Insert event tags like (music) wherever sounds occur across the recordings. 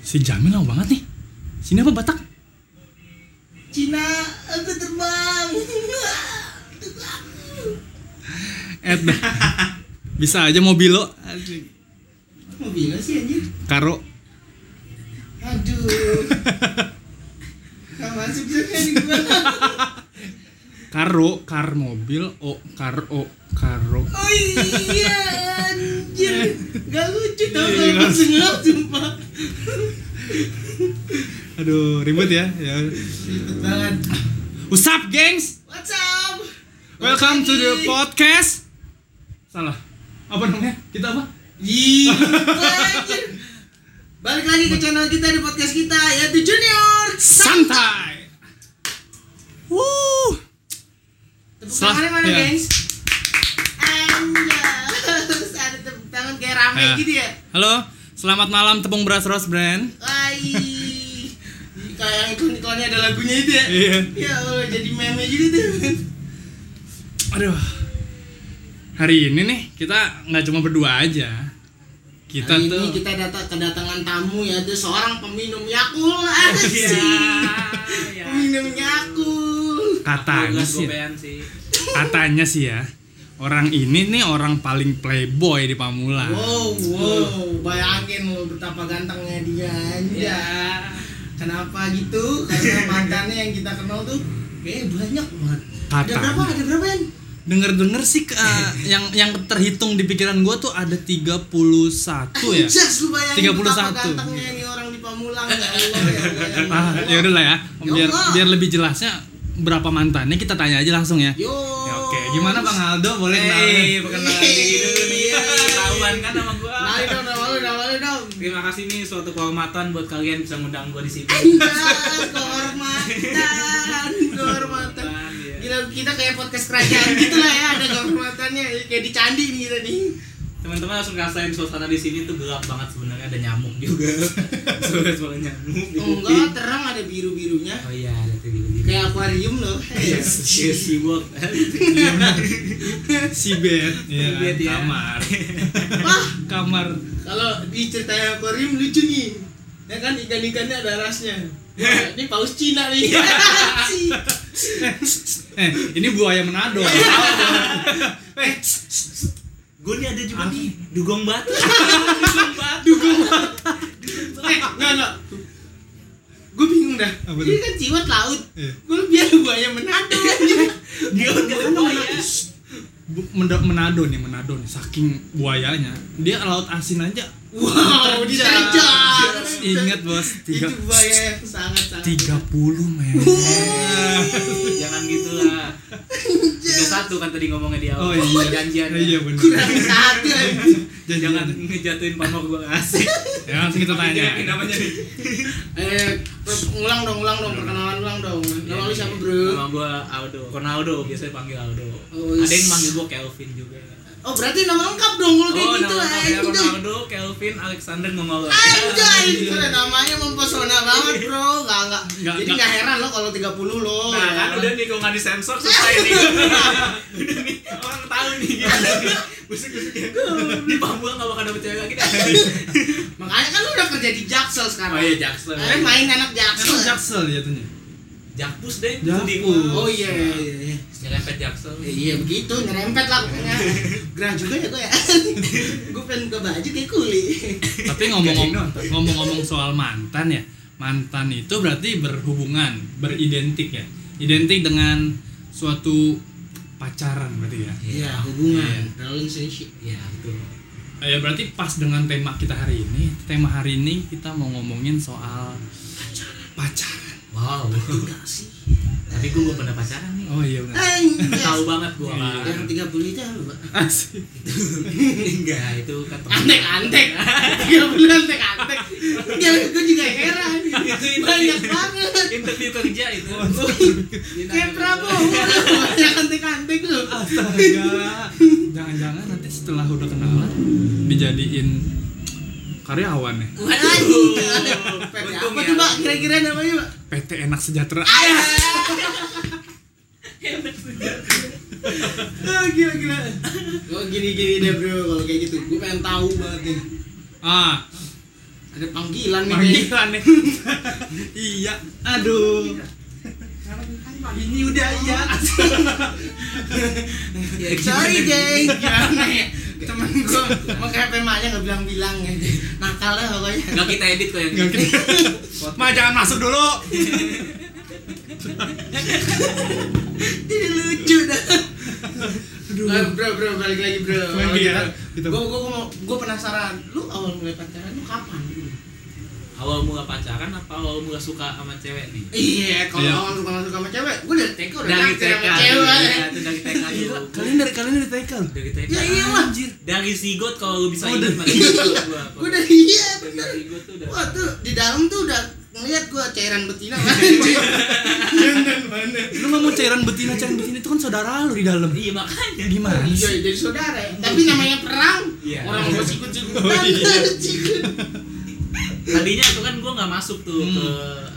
Si Jamil lama banget nih. Sini apa Batak? Cina, aku terbang. (laughs) Ed. Eh, (laughs) Bisa aja mobil lo. Asik. Mobilnya sih anjir. Karo. (laughs) Aduh. Gak masuk juga nih gua. Karo, kar mobil, o, kar, o, karo. Oh iya anjir. Gak lucu tau Iya, kalau iya. langsung gelap sumpah. Aduh, ribet ya. ya. Ribet banget. Usap, gengs. What's up? Welcome to the podcast. Salah. Apa namanya? Kita apa? (laughs) Iya, anjir. Balik lagi ke channel kita di podcast kita yaitu Junior. Santai. Wuh. Tepuk ya, Sah, tangannya mana, iya. gengs? Anjay. Terus ada tepuk tangan kayak rame Iya. gitu ya. Halo, selamat malam tepung beras Rose Brand. Wai. (laughs) Kayak yang iklan-iklannya ada lagunya itu ya. Iya. Ya Allah, jadi meme gitu tuh. Aduh. Hari ini nih kita nggak cuma berdua aja. Kita Hari tuh ini kita datang kedatangan tamu yaitu seorang peminum (laughs) Yakul. Asik. Iya. ya. Peminum Yakul. katanya Gelas sih, gobean sih. katanya sih ya. Orang ini nih orang paling playboy di Pamulang. Wow, wow, bayangin lo betapa gantengnya dia anjay. Ya. Kenapa gitu? (laughs) Karena mantannya yang kita kenal tuh kayaknya banyak banget. Ada Katanya. berapa? Ada berapa, Yan? Denger-denger sih ke- eh, (laughs) yang yang terhitung di pikiran gua tuh ada 31 ya. Anjas lu bayangin 31. betapa gantengnya nih orang di Pamulang ya Allah ya Allah. ya Allah. Ah, ya udahlah ya. Ya Biar Allah. biar lebih jelasnya berapa mantannya kita tanya aja langsung ya. Yo. Ya, Oke, gimana Bang Aldo boleh kenalan? Hey, perkenalan diri dulu nih. Iya. Ketahuan kan sama gua. Kenalin dong, kenalin dong, kenalin dong. Terima kasih nih suatu kehormatan buat kalian bisa ngundang gua di sini. Iya. Anjas, kehormatan, kehormatan. Kehormatan, iya. Gila kita kayak podcast kerajaan gitu lah ya, ada kehormatannya kayak di candi nih kita nih. Teman-teman langsung ngerasain suasana di sini tuh gelap banget sebenarnya ada nyamuk juga. (laughs) Suara-suara nyamuk di kuping. Oh, Enggak, terang ada biru-birunya. Oh iya, ada tuh gitu. Kayak akuarium loh. Iya. Yes, yes, you work. Si bed, ya, Si bed, ya. kamar. Wah, kamar. kalau di ceritanya akuarium lucu nih ya kan ikan-ikannya ada rasnya Wah, ini paus Cina nih Si. Eh, ini buaya (laughs) Manado. eh, Gue nih ada juga nih, dugong batu. Dugong batu. eh nggak nggak gue bingung dah Apa ini tuh? kan jiwat laut Iya. gue biar buaya menado Dia udah buaya. bu- Menda- Manado nih, Manado nih, saking buayanya. Dia laut asin aja. wow diterjang Ingat, Bos, itu tiga, buaya yang sangat sangat 30 men. Jangan gitu lah. Tiga satu kan tadi ngomongnya di Oh awal. iya, Janjian. Iya benar. kurang satu anjing. Jangan Jangan. ngejatuhin pamor gua (laughs) asik. Ya langsung kita Ini tanya. Iya, namanya nih. eh per- ulang dong ulang dong perkenalan ulang dong nama lu siapa bro Nama gua Aldo. Ronaldo biasanya panggil Aldo. Oh, Ada yang is- manggil gua Kelvin juga. oh berarti nama lengkap dong kalau kayak Oh, gitu nama namanya anjing. Ah! Ronaldo, Kelvin, Alexander Ngongolo. Anjay, itu udah namanya mempesona banget bro Gak, gak, Nggak, jadi nggak. gak heran lo kalau 30 lo ya Nah, kan udah nih kalau nggak disensor selesai (laughs) nih. udah nih orang tahu (laughs) nih gitu. Busuk-busuk ya. Di Papua nggak bakal dapet cewek lagi (laughs) dah. Makanya kan lu udah kerja di Jaksel sekarang Oh iya, Jaksel. Karena main anak Jaksel Emang Jaksel jatuhnya. Jakpus deh. Jakpus. di gua. Oh iya, iya, iya Nyerempet Jaksel. Ya, Iya begitu, nyerempet lah pokoknya Gerah juga ya gue ya (laughs) Gue pengen buka baju kayak kuli Tapi ngomong-ngomong ngomong-ngomong soal mantan ya. Mantan itu berarti berhubungan, beridentik ya. Identik dengan suatu pacaran berarti ya. Iya, Iya. hubungan, relationship Iya, betul. Ya berarti pas dengan tema kita hari ini, tema hari ini kita mau ngomongin soal pacaran. Wow. Enggak sih Tapi gue belum pernah pacaran nih. Oh iya benar. Tahu Anjay banget gue. Yang 30 itu apa? Asik. Enggak, itu kan antek antek (laughs) tiga bulan antek antek ya gue juga heran banyak banget Interview kerja itu. kayak Prabowo banyak antek antek lu Astaga. Jangan-jangan nanti setelah udah kenalan dijadiin karyawan ya. waduh Untung apa ya. tuh pak kira-kira namanya pak PT Enak Sejahtera. oh, gila gila oh gini gini deh bro kalau kayak gitu gue pengen tahu banget nih Ah. ada panggilan nih kayaknya. panggilan nih iya aduh ini udah iya Iya, sorry Jeng Ya, (laughs) gimana ya temen gua mau ke HP emaknya nggak bilang-bilang ya nakal lah pokoknya nggak kita edit kok yang gitu. nggak kita ma jangan masuk dulu Ini lucu dah Eh, bro bro balik lagi bro Balik lagi ya. kita, gua, gua, gua, mau- gua penasaran lu awal mulai pacaran lu kapan awal mula pacaran apa awal mula suka sama cewek nih iya kalau Iya. awal suka suka sama cewek gua dari TK udah dari naksir TK sama cewek Iya, itu dari TK dulu kalian dari kalian dari TK loh. dari TK ya iyalah dari sigot kalau lu bisa Oh, ingat (laughs) dari- pada sigot gua gua dari iya dari bener sigot tuh udah Wah tuh di dalam tuh udah ngeliat gua cairan (laughs) betina anjing. Jangan mana. lu nggak mau cairan betina cairan betina itu kan saudara lu di dalam iya makanya gimana Iya sih jadi saudara ya. Tapi namanya perang. Iya. Orang gua sikut-sikutan Oh, iya. (laughs) sikut. tadinya tuh kan gua nggak masuk tuh Hmm. ke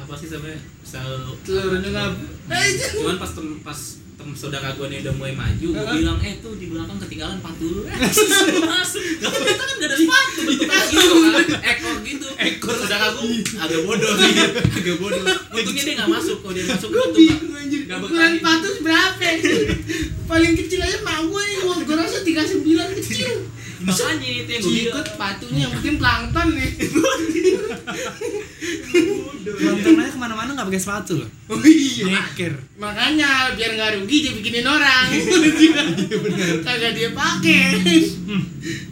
apa sih namanya sel Telur nyelap. Anjing. cuman pas tem pas tem saudara gua nih udah mulai maju gua Heeh. bilang eh tuh di belakang ketinggalan sepatu lu Eh, masuk tapi ternyata kan gak ada sepatu bentuk kaki gitu kan ekor gitu ekor saudara gua agak bodoh sih iya, agak bodoh untungnya dia nggak masuk kalau dia masuk Gua tuh bingung anjir. Gak Ukuran bertanding. sepatu berapa? anjing? Paling kecil aja mau gua ini gua gua rasa 39 kecil. makanya itu yang gua bilang Sikut patunya yang penting plankton nih. nonton aja kemana-mana nggak pakai sepatu loh Oh iya. nyeker Makanya biar nggak rugi dia bikinin orang. (laughs) Iya benar. Kagak dia pakai.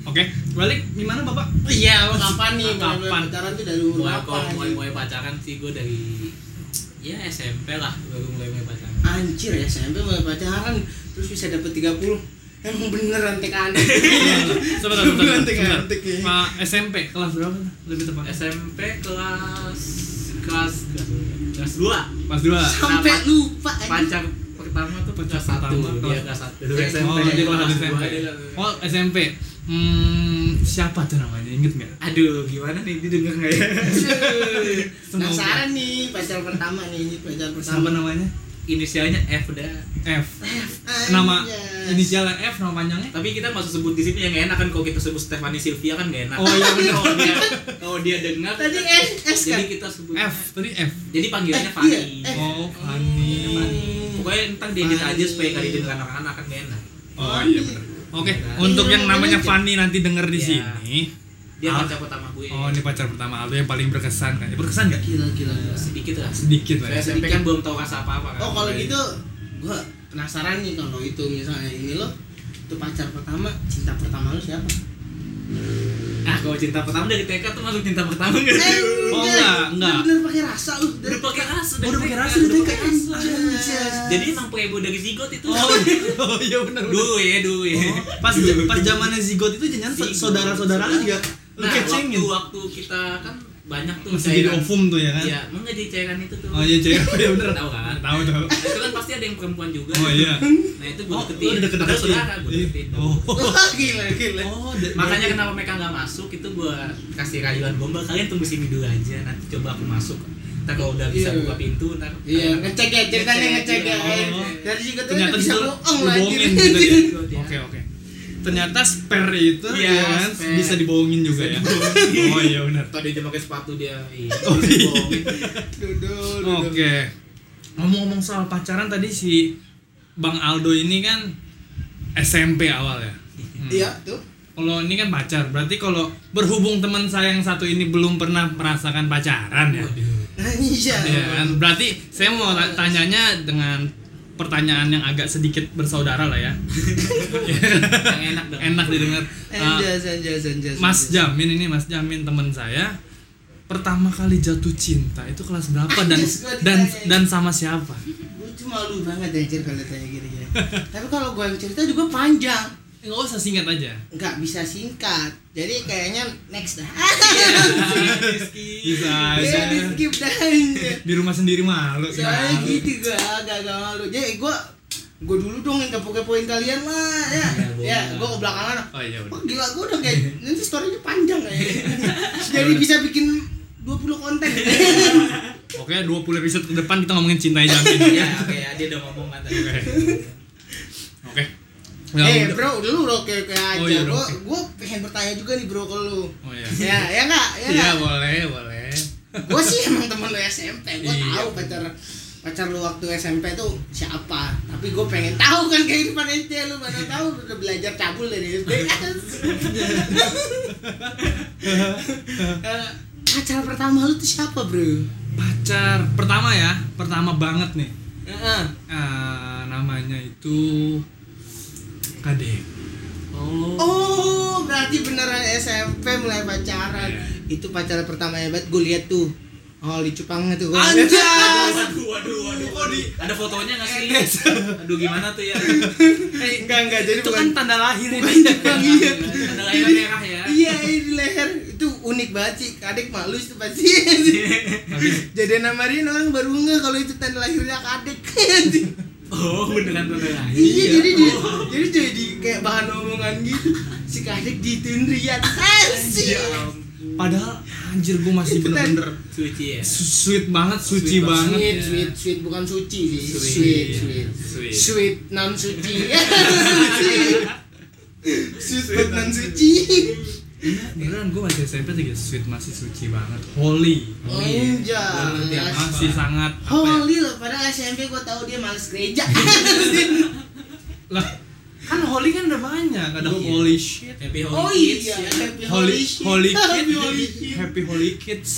oke balik gimana bapak Iya, lo kapan nih? Kapan? Kapan? Pacaran tuh dari umur mulai berapa? kalau mulai mulai pacaran sih gua dari ya SMP lah baru mulai mulai pacaran Anjir ya, SMP mulai pacaran terus bisa dapet 30 Emang beneran antek aneh sebentar sebentar, Antik, sebentar antik, ya. Ma, SMP kelas berapa lebih tepat SMP kelas kelas kelas dua kelas dua Sampai Kenapa? lupa anjing. pacar pertama tuh Pacar kelas satu pertama, dia kelas- kelas satu Oh, Dulu SMP oh dia kelas satu Kelas dua SMP dia- oh SMP hmm siapa tuh namanya inget nggak aduh gimana nih dia denger nggak (laughs) ya Penasaran nih pacar pertama nih, ini pacar siapa pertama. namanya inisialnya F dah F Anjay. nama inisialnya F nama panjangnya tapi kita masuk sebut di sini yang nggak enak kan kalau kita sebut Stefani Sylvia kan nggak enak Oh, iya, bener. kalau dia kalau dia dengar Tadi S S kan? jadi kita sebut F tadi F jadi panggilannya Eh, Fanny iya, F. oh Fanny pokoknya entar dia edit aja supaya nggak Fanny. didengar anak-anak kan nggak enak oh iya benar oke untuk yang namanya Fanny nanti denger di Iya. sini dia Ah. pacar pertama gue oh ini pacar pertama Aldo yang paling berkesan kan berkesan nggak Gila gila. gila. sedikit lah sedikit saya lah ya. SMP kan belum tahu rasa apa apa kan Oh kalau gitu, gua penasaran nih kalau itu misalnya ini lo itu pacar pertama, cinta pertama lo (coughs) siapa? nah kalau cinta pertama dari TK tuh masuk cinta pertama nggak tuh? Oh, enggak, enggak. Bener Eh, pakai rasa lu. udah pakai rasa Oh, dari udah pakai TK, rasa dari udah TK. pakai rasa. Anjas. jadi emang playboy dari zigot itu (laughs) oh oh iya benar benar. dulu ya dulu ya Oh, pas pas zamannya Zigot itu jangan (laughs) Zigot. saudara-saudara lu juga lu nah waktu kecengin waktu kita kan banyak tuh masih jadi ovum tuh ya kan ya emang nggak jadi cairan itu tuh oh (laughs) iya cewek ya (laughs) bener Tahu kan? tahu tahu Nah, itu kan pasti ada yang perempuan juga oh iya nah itu gue oh lu deketin udah deket Padahal deket saudara gue deketin oh (laughs) gila gila. oh de- Makanya kenapa mereka nggak masuk itu gua kasih rayuan bomba kalian tunggu sini dulu aja nanti coba aku masuk. Ntar kalau udah bisa Iya. buka pintu ntar Iya, ngecek ya ceritanya ngecek ya. Ngecek. Oh. Dari situ ternyata di ternyata bisa situ bohong lagi. dibohongin gitu (laughs) ya (laughs) Iya. oke oke ternyata spare itu Iya, ya kan spare. bisa dibohongin juga ya oh iya (laughs) benar Atau dia cuma pakai sepatu dia. Iya. Oh, iya. bohongin. Dudul. oke ngomong-ngomong soal pacaran tadi si Bang Aldo ini kan SMP awal ya Hmm. Iya tuh. Kalau ini kan pacar, berarti kalau berhubung teman saya yang satu ini belum pernah merasakan pacaran ya. Iya. Iya kan? Berarti saya mau ta- tanyanya dengan pertanyaan yang agak sedikit bersaudara lah (laughs) ya. Yang enak dong. Enak didengar. Uh, Anjas anjas anjas. Mas Jamin ini Mas Jamin teman saya pertama kali jatuh cinta itu kelas berapa dan Yes, gua dan ditanya. dan sama siapa? Gue cuma malu banget anjir kalau tanya gini gini. Tapi kalau gue cerita juga panjang. Enggak usah singkat aja. Nggak bisa singkat. Jadi kayaknya next dah. Bisa Iya, aja. di skip dah anjir. Di rumah sendiri malu. Soalnya malu. gitu gue agak-agak malu. Jadi gue gue dulu dong yang kepo-kepoin kalian lah ya. Iya, boleh. Ya, gue ke belakangan. Oh iya Wah udah. gila gue udah kayak nanti storynya panjang Iya. kayaknya. (laughs) Jadi bisa bikin 20 konten. Iya. (laughs) Oke, 20 episode ke Iya, depan kita ngomongin cinta Jamin. Ya, kayak dia udah ngomong kan tadi. Oke. Oke. Ya, eh udah. bro, lu roke kayak aja. Oh, iya, gua, roke. gua pengen bertanya juga nih bro ke lu. Oh iya. ya, ya enggak, ya Iya, enggak. boleh, boleh. gua sih emang temen lu SMP, gua Iya. tahu pacar pacar lu waktu SMP tuh siapa. Tapi gua pengen tahu kan kehidupan SD lu, mana tahu lu udah belajar cabul dari SD. (laughs) Eh, pacar pertama lu tuh siapa, bro? Pacar pertama ya, pertama banget nih. Heeh. Eh, namanya itu Kadek. Oh. Oh, berarti beneran SMP mulai pacaran. Iya. Itu pacaran pertama hebat gue lihat tuh. Oh, di Cupangnya tuh. gua Anjas! (laughs) lihat. Waduh, waduh, waduh, Kok di- Ada fotonya nggak sih? Aduh, gimana tuh ya? Eh, Enggak, enggak, jadi itu bukan. kan tanda lahirnya. Cupang, (laughs) iya. Ada layar merah ya. Iya, iya, di leher. Itu unik banget sih. Kadek malu itu pasti. Jadi nama Rian orang baru nge kalau itu tanda lahirnya kadek. Oh, beneran tanda lahir. iya, jadi dia, jadi jadi kayak bahan omongan gitu. Si kadek gituin Rian. Asik. Ya ampun. Padahal anjir gue masih Itu kan- bener-bener Suci ya. su- sweet banget, suci Sweet banget. Sweet, ya. sweet, sweet, bukan suci sih. Sweet. Sweet, sweet. Sweet. Sweet non suci. Sweet. sweet but non suci. Iya, beneran gue masih SMP juga sweet masih suci banget. Holy. Enja. Banget ya, Asli. masih sangat apa ya? Ah, iya, Holy loh, padahal SMP gua tahu dia males gereja. Lah, kan holy kan udah banyak, ada Iya. holy shit. Happy Holy oh Kids iya, ya. happy Holy holy gitu ya. shit. holy Happy holy kids. shit. Happy holy kids.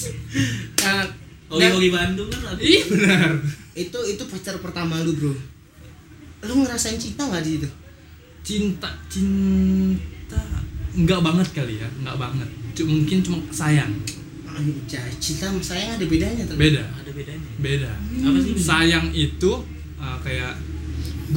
Nah, Holy Holy Bandung kan ada. Ih, benar. itu itu pacar pertama lu, Bro. Lu ngerasain cinta gak di situ? Cinta cinta enggak banget kali ya, enggak banget. Cu- mungkin cuma sayang. Anjay, cinta sama sayang ada bedanya tuh. Beda, Ada bedanya. beda. Apa sih? Sayang itu uh, kayak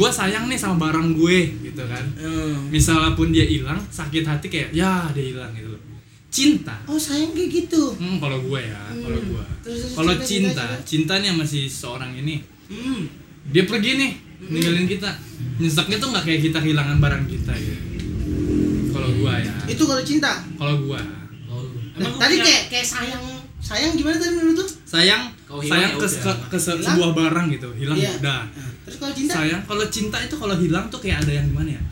gua sayang nih sama barang gue gitu kan. Hmm. Misalnya pun dia hilang, sakit hati kayak ya dia hilang gitu loh. Cinta Oh, sayang kayak gitu. Hmm, kalau gue ya, kalau Hmm. gue. Terus, terus, Kalau cinta, cinta, cinta, cinta nih sama si seorang ini. Hmm. Dia pergi nih, ninggalin kita. Nyeseknya tuh nggak kayak kita kehilangan barang kita gitu. Kalau gue ya, Itu kalau cinta. kalau gue Oh. Nah, lu tadi punya- kayak kayak sayang sayang gimana tadi menurut lu? sayang, Kalau hilang sayang ya ke, udah. ke, ke se- Hilang? sebuah barang gitu, hilang Iya. udah. Nah, Terus kalau cinta Sayang, kalau cinta itu kalau hilang tuh kayak ada yang gimana ya?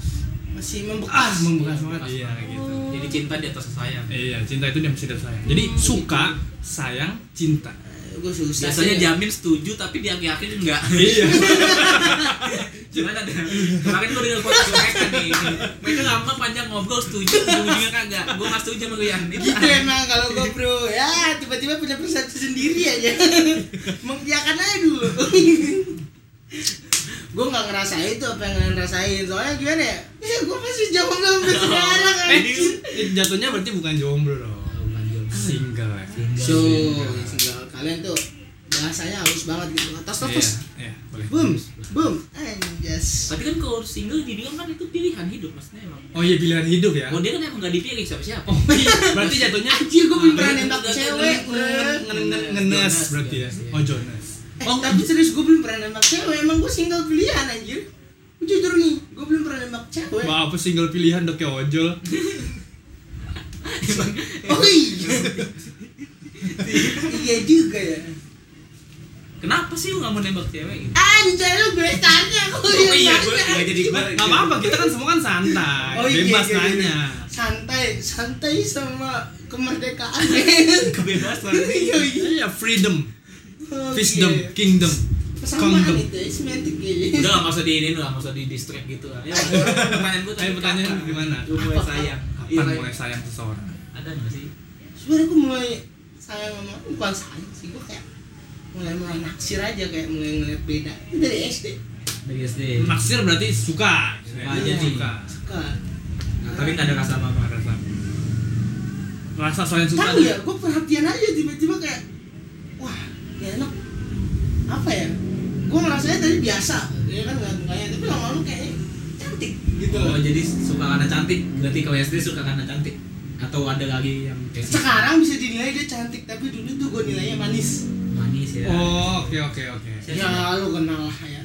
Ah, masih membekas. membekas Iya, banget. membekas Iya banget. gitu. jadi cinta di atas sayang. Iya, cinta itu dia masih ada sayang. Jadi Hmm. suka, sayang, (laughs) cinta. gue Eh, susah. Biasanya sih. jamin setuju tapi di akhir-akhir enggak. Iya. Cuman ada kemarin gue dengar podcast gue Eka nih. Mereka lama panjang ngobrol setuju ujung-ujungnya kagak. Gue nggak setuju sama lu yang itu. Gitu emang kalau gue bro ya tiba-tiba punya persepsi sendiri (laughs) aja. Membiarkan aja dulu. gue nggak ngerasain tuh apa yang kalian rasain soalnya gimana ya? Ya gue masih jomblo sampai sekarang. (laughs) eh, anjing. Iya. eh, jatuhnya berarti bukan jomblo dong. Single ya. So, single kalian tuh bahasanya halus banget gitu. Atas atas. Iya, iya, boleh. Boom, boom, anjas. Tapi kan kalau single dibilang kan itu pilihan hidup maksudnya emang. Oh iya pilihan hidup ya. Kalau dia kan emang nggak dipilih siapa-siapa. Oh iya, berarti jatuhnya Anjir gue belum pernah nembak Nggak- iya, cewek nggak- nggak- bro. nggak- Ngenes- ngenes berarti ya. Oh Jonas. Oh tapi serius gue belum pernah nembak cewek Emang gue single pilihan anjir Gua Jujur nih gue belum pernah nembak cewek Wah, apa single pilihan dok ya ojol? Oh iya Iya juga ya Kenapa sih lu nggak mau nembak cewek? gitu? Anjay lu gue tanya Aku Oh iya, gue nggak jadi gue. Gak apa-apa, kita kan semua kan santai, Oh, iya, bebas iya, iya. nanya. Santai Santai sama kemerdekaan men kebebasan. Iya Iya, iya freedom, (laughs) Oh, wisdom, iya. kingdom, Kesamaan kingdom. itu ya semantik Udah ya lah, nggak usah di ini lah, nggak usah di distract gitu lah. Ya, pertanyaan gue Ayo pertanyaan kapan? gimana? Lu mulai sayang. Iya, Kapan mulai sayang seseorang? Ada nggak sih? Sebenernya gue mulai sayang sama Bukan sayang sih gue kayak mulai mulai naksir aja kayak mulai ngeliat beda dari SD Dari SD. Naksir berarti suka. Iya, Suka aja nih. suka. suka Tapi nggak ada rasa apa-apa. Rasa, rasa selain suka. tahu ya gue perhatian aja tiba-tiba kayak wah ya enak apa ya gue ngerasanya tadi biasa ya kan nggak mukanya tapi lama-lama kayaknya cantik gitu Oh, jadi suka karena cantik. Berarti kalau SD suka karena cantik. Atau ada lagi yang kayak gitu? sekarang bisa dinilai dia cantik tapi dulu tuh gue nilainya manis manis ya. Oh, oke oke oke. Siapa? ya lu kenal lah ya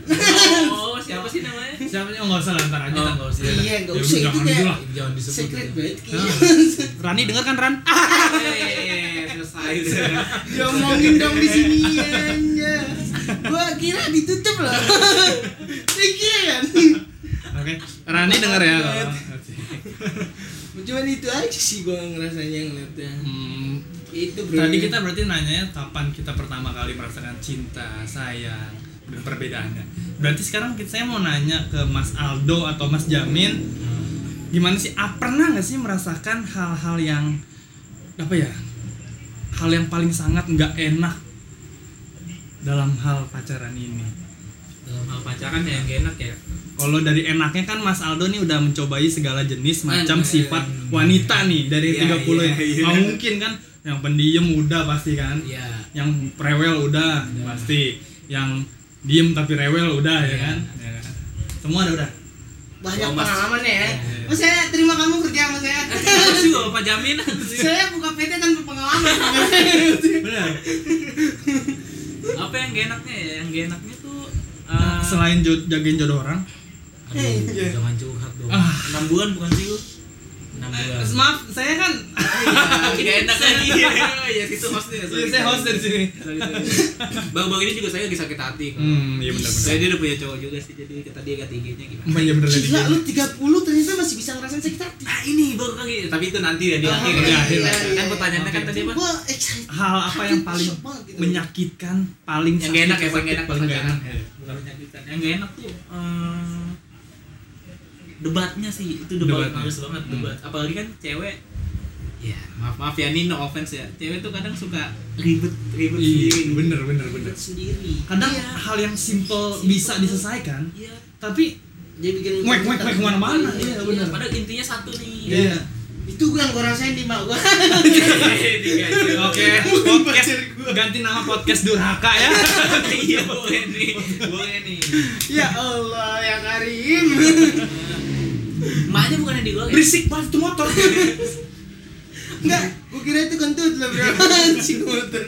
Oh, siapa sih namanya? Siapa nih? Oh, nggak usah lah, ntar aja. Oh, ntar. nggak usah. (laughs) iya nggak Ya, usah itu jangan kayak dulu lah. Jangan disebut. secret ya. (laughs) banget (laughs) Iya. kayaknya Ah. Rani denger kan Ran? Eh, selesai. diomongin Ya, dong di sini (laughs) ya gue kira ditutup loh Saya kira Iya, kan (laughs) Oke, Rani denger ya. kalau- Cuman itu aja sih gue ngerasanya ngeliatnya Hmm, Itu bro Iya. tadi kita berarti nanyanya kapan kita pertama kali merasakan cinta, sayang dan perbedaannya. Berarti sekarang kita saya mau nanya ke Mas Aldo atau Mas Jamin, gimana sih? Ah, pernah nggak sih merasakan hal-hal yang apa ya? Hal yang paling sangat nggak enak dalam hal pacaran ini. dalam hal pacaran ya yang gak enak ya Kalau dari enaknya kan Mas Aldo nih udah mencobai segala jenis macam Anjay. sifat wanita nih dari 30 Iya, ya. iya, iya. Nggak mungkin kan yang pendiam udah pasti kan. iya Yang rewel udah Udah. pasti. Yang diem tapi rewel udah ya Iya. kan. Ya kan? Semua ada udah. Banyak Oh, Mas. pengalaman ya Iya. Mas saya terima kamu kerja sama saya Terus juga apa jaminan sih Saya buka PT tanpa pengalaman Benar. apa yang gak enaknya ya yang gak enaknya tuh Nah, eh, selain jo- jagain jodoh orang. aduh, jangan curhat dong Ah. enam bulan bukan sih lu enam bulan Maaf, saya kan (laughs) tidak enak lagi (laughs) ya itu hostnya Iya, sorry. saya host dari sini. Sorry, (laughs) sorry. bang-bang ini juga saya lagi sakit hati Hmm, iya benar saya benar. dia udah punya cowok juga sih jadi kata dia kata IG-nya gimana (laughs) Iya benar tadi. Gila lu 30 ternyata masih bisa ngerasain sakit hati nah ini baru lagi tapi itu nanti ya di Oh, akhir iya, ya iya, kan iya. pertanyaannya kan Oke. tadi apa Gue excited Hal apa yang paling Shock banget gitu. menyakitkan, paling Yang nggak enak ya, sakit, paling nggak enak paling nggak pacaran. enak. Iya. bukan penyakitan yang gak enak tuh eh, debatnya sih itu debat Debatnya. males banget Hmm. debat apalagi kan cewek ya maaf maaf ya ini no offense ya cewek tuh kadang suka ribet ribet Iya, sendiri bener bener bener. Ribet sendiri kadang Iya. hal yang simple, Simple. bisa diselesaikan iya tapi Dia bikin Ngwek, ngwek, ngwek kemana-mana. Iya, iya, bener. padahal intinya satu nih (laughs) iya Itu gue yang gue rasain di mak gue oke (laughs) (laughs) podcast ganti nama podcast durhaka ya iya boleh nih boleh nih Ya Allah ya Karim maknya bukan yang digoreng berisik banget tuh motor Enggak, gue kira itu kentut lah bro Anjing motor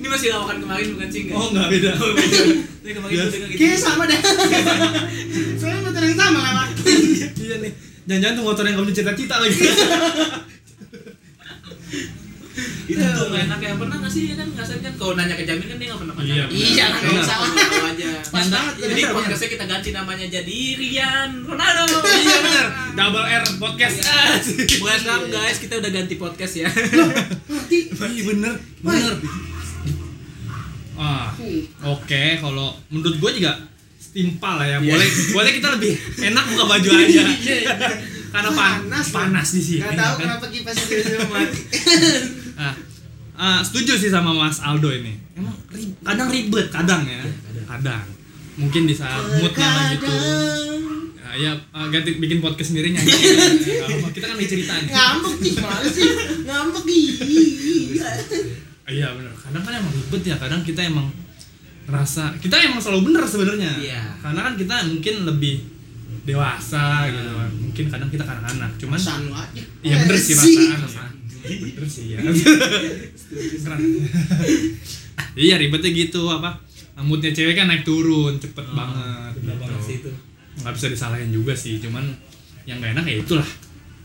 ini masih lawakan kemarin bukan sih oh nggak beda (laughs) Tapi kemarin Yes. gue dengar gitu Kayaknya sama dah Soalnya motor yang sama lah Pak. iya nih jangan-jangan tuh motor yang kamu cita-cita lagi (laughs) itu tuh gak enak ya pernah gak sih ya kan ngerasain kan kalau nanya ke Jamin kan dia gak pernah Iya, benar. pacaran iya kan Benar. gak salah tahu aja Pas banget, jadi benar, podcastnya kita ganti namanya jadi Rian Ronaldo iya bener double R podcast Ah, sih. welcome guys kita udah ganti podcast ya Mati (laughs) iya bener bener ah oke kalau menurut gue juga setimpal lah ya boleh boleh kita (laughs) lebih enak buka baju aja karena Iya, panas Panas, loh. panas di sini Gak tau kenapa kipas itu itu mati Ah, ah, setuju sih sama Mas Aldo ini. Emang rib- kadang ribet, kadang ya. Kadang. Mungkin di saat moodnya lagi gitu. Ya, ya ah, ganti bikin podcast sendiri (laughs) nyanyi. Ya, nggak apa-apa. kita kan ada cerita Iya. nih. Ngambek sih, males sih Ngambek gila Ah, Iya benar. Kadang kan emang ribet ya, kadang kita emang rasa kita emang selalu bener sebenarnya. Iya. Karena kan kita mungkin lebih dewasa gitu Iya. kan. Mungkin kadang kita kanak-kanak. Cuman Perasaan lu aja Iya bener sih perasaan perasaan. Bener sih ya. Serang. (laughs) iya ribetnya gitu apa? Moodnya cewek kan naik turun cepet banget. Ah, Bener gitu. banget sih itu Nggak bisa disalahin juga sih, cuman yang gak enak ya itulah.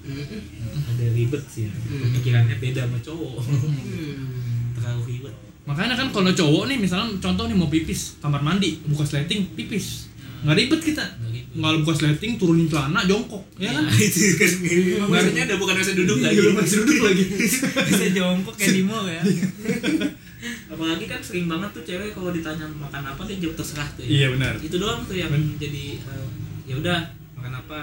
Mm-mm. ada ribet sih ya pemikirannya beda sama cowok Hmm. terlalu ribet Makanya kan kalau cowok nih misalnya contoh nih mau pipis kamar mandi buka sleting pipis nggak ribet kita Nggak ribet. nggak lu buka sleting turunin celana jongkok ya kan Iya, itu kan maksudnya udah bukan masa (laughs) duduk lagi masih duduk lagi (laughs) bisa jongkok kayak Dimo ya (laughs) apalagi kan sering banget tuh cewek kalau ditanya makan apa dia jawab terserah tuh ya iya benar itu doang tuh yang Ben- jadi eh, ya udah makan apa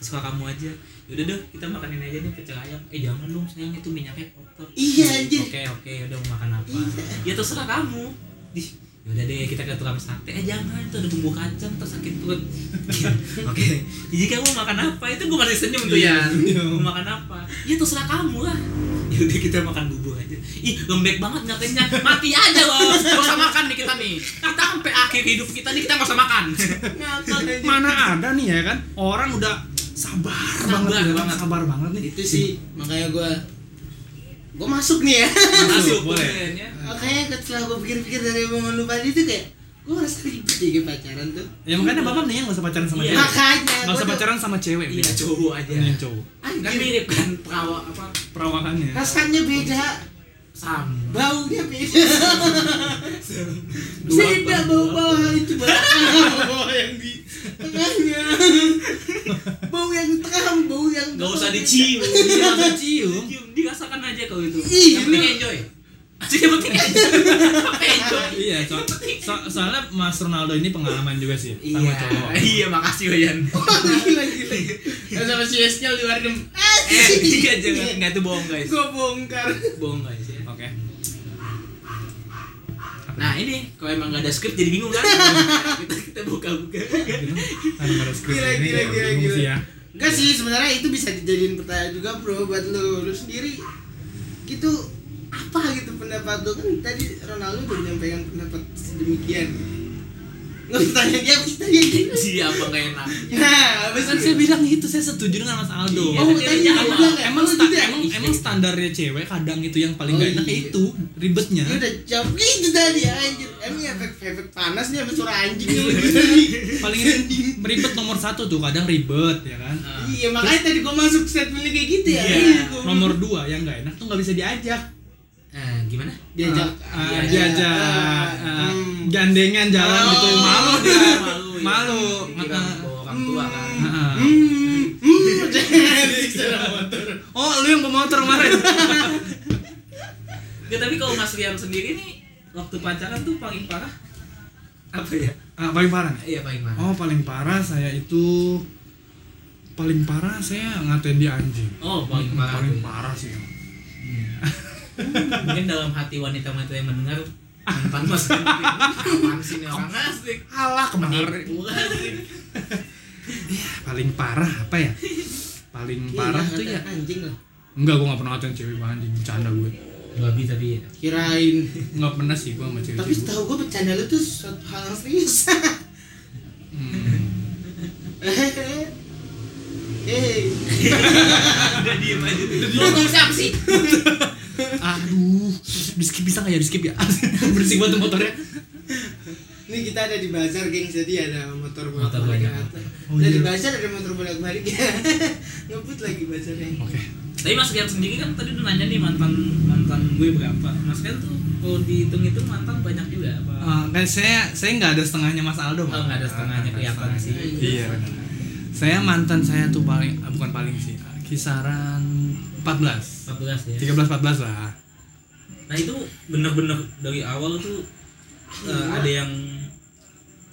terserah kamu aja ya udah deh kita makanin aja deh pecel ayam eh jangan dong sayang itu minyaknya kotor Iya, anjir. oke oke ya udah mau makan apa Iya. ya terserah kamu Dih, ya udah deh kita ke tukang sate eh jangan itu ada bumbu kacang terus sakit (laughs) perut oke jadi kamu makan apa itu gue masih senyum tuh Iya, ya senyum. mau makan apa ya terserah kamu (laughs) lah ya udah kita makan bubur aja ih lembek banget nggak (laughs) kenyang mati aja bos gak usah makan nih kita nih kita sampai akhir hidup kita nih kita gak usah (laughs) makan Ngakak aja. mana ada nih ya kan orang udah sabar, banget, ya kan? banget. sabar banget nih Itu sih makanya gue Gue masuk nih ya masuk boleh boleh Makanya setelah gue pikir-pikir dari omongan lu tadi itu kayak Gue ngerasa ribet ya kayak pacaran tuh ya makanya bapak nih nggak usah pacaran sama Iya. cewek Makanya nggak gua usah tuh- pacaran sama cewek iya beda. cowok aja Ini yang cowok kan Anjir, mirip kan perawa apa perawakannya Rasanya beda sama Baunya beda Beda bau-bau hal itu Bau yang di Tengahnya usah dicium Iya, nggak cium. cium dirasakan aja kalau itu Ih, yang penting lu- enjoy Maksudnya yang penting (laughs) enjoy Apa enjoy (laughs) Iya, so, so- soalnya Mas Ronaldo ini pengalaman juga sih sama cowok. iya makasih Wayan (laughs) gila gila Dan sama si Yesnya di warga eh (laughs) eh iya jangan nggak itu bohong guys gue bongkar bohong guys ya Oke. nah ini kalau emang nggak ada skrip jadi bingung kan kita kita buka-buka Gitu. Karena nggak ada skrip Gila, ini gila, ya, gila, bingung gila. sih ya. Enggak sih sebenarnya itu bisa dijadiin pertanyaan juga bro buat lu lu sendiri gitu apa gitu pendapat lu kan tadi Ronaldo udah menyampaikan pendapat sedemikian nggak usah tanya dia pasti tanya dia si abang gak Iya, enak nah abis Kan saya bilang itu, saya setuju dengan Mas Aldo. Iya, oh tapi tadi dia dia nyaman. Emang, bilang ya oh, sta- tidak. emang emang standarnya cewek kadang itu yang paling gak Oh, enak iya. itu ribetnya. dia udah jawab gitu tadi anjir emang efek efek panas nih sama suara anjing lu (laughs) gini Paling ri- ribet nomor satu tuh kadang ribet ya kan. eh, iya makanya tadi gua masuk statementnya kayak gitu ya Iya. Iya, gua- Nomor dua yang gak enak tuh nggak bisa diajak. Eh, gimana diajak Ah, diajak diajak, Iya, ah, ah, hmm. gandengan jalan Oh. gitu malu dia malu ya. malu Dikira bawa orang tua kan Ah. Hmm, hmm, oh lu yang bawa motor (laughs) kemarin Gak, tapi kalau Mas Rian sendiri nih waktu pacaran tuh paling parah apa ya? ah, paling parah nih? Iya paling parah. oh paling parah saya itu paling parah saya ngatain dia anjing Hmm, Oh, paling parah. paling parah sih Mungkin dalam hati wanita-wanita yang mendengar mantan Mas Rian ini, apaan sih nih orang asik. Alah kemarin Bukan sih. paling parah apa ya paling (laughs) parah tuh ya anjing lah enggak gua nggak pernah ngatain cewek anjing bercanda gue Babi tapi ya. kirain nggak pernah sih gua sama cewek tapi setahu gue bercanda lu tuh suatu hal yang serius (laughs) Hmm. eh Udah diem aja. Lu ngomong siapa sih? aduh di skip bisa nggak ya di skip ya (laughs) bersih banget tuh motornya ini kita ada di bazar geng jadi ada motor bolak Motor balik bolak-balik. Oh, ada iya. di bazar ada motor bolak balik (laughs) ngebut lagi bazarnya oke Tapi Mas Rian sendiri kan tadi udah nanya nih mantan mantan gue berapa. Mas Rian tuh kalau dihitung-hitung mantan banyak juga apa? Eh, kan saya saya nggak ada setengahnya Mas Aldo. Oh, Mas. nggak ada setengahnya, Nggak ada kelihatan setengahnya. sih. Iya. benar. Saya mantan saya tuh paling ah, bukan paling sih, ah, kisaran 14. 14 ya. 13 14 lah. Nah itu bener-bener dari awal tuh eh, ada yang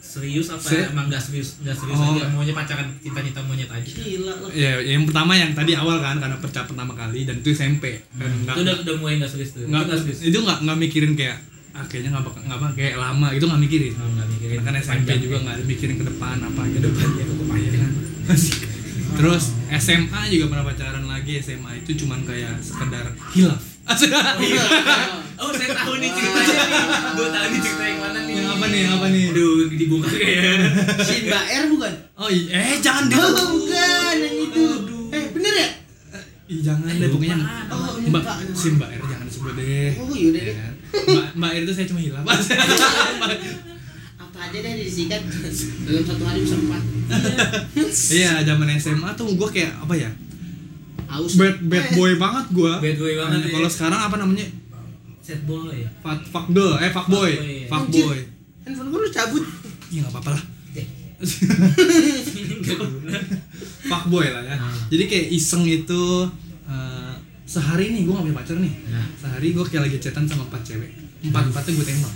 serius apa Saya- emang nggak serius nggak serius Oh. aja maunya pacaran cinta cinta monyet aja gila lah Ya, yang pertama yang tadi awal kan karena pecah pertama kali dan itu SMP. Dan nggak Hmm. itu udah udah mulai nggak serius tuh nggak Itu serius itu nggak nggak mikirin kayak ah, kayaknya nggak bakal nggak apa kayak lama itu nggak mikirin. Oh, nggak mikirin Karena kan SMP panjang. juga nggak ada mikirin ke depan apa ke depannya ke kepayahan. (laughs) Terus SMA juga pernah pacaran lagi SMA itu cuman kayak sekedar hilaf. (laughs) iya. oh saya tahu nih ceritanya nih gue tahu nih cerita yang mana nih Yang apa nih? Yang apa nih? aduh ya. dibuka kayak si mbak R bukan Oh, i- eh jangan deh. oh bukan yang itu eh bener ya Ih, jangan deh pokoknya. Oh, iya, Mbak, lupa. si Mbak R jangan disebut deh. Oh, yaudah Ya deh. kan? Mbak, Mbak R itu saya cuma (laughs) hilaf. apa aja deh disikat dalam satu hari bisa empat Iya, zaman SMA tuh gua kayak apa ya? haus Bad Eh, bad boy banget gua. Oh, iya. Bad boy Nah, banget, iya. Kalau sekarang apa namanya? set boy Fuck fuck girl, eh fuck boy. Fuck boy, iya. Fuck boy. handphone gue lu cabut Ya enggak apa-apa lah. nggak guna (laughs) Fuck boy lah ya. Ah. Jadi kayak iseng itu eh, sehari nih gua gak punya pacar nih. Nah. Sehari gua kayak lagi chatan sama empat cewek. Empat-empatnya gua tembak.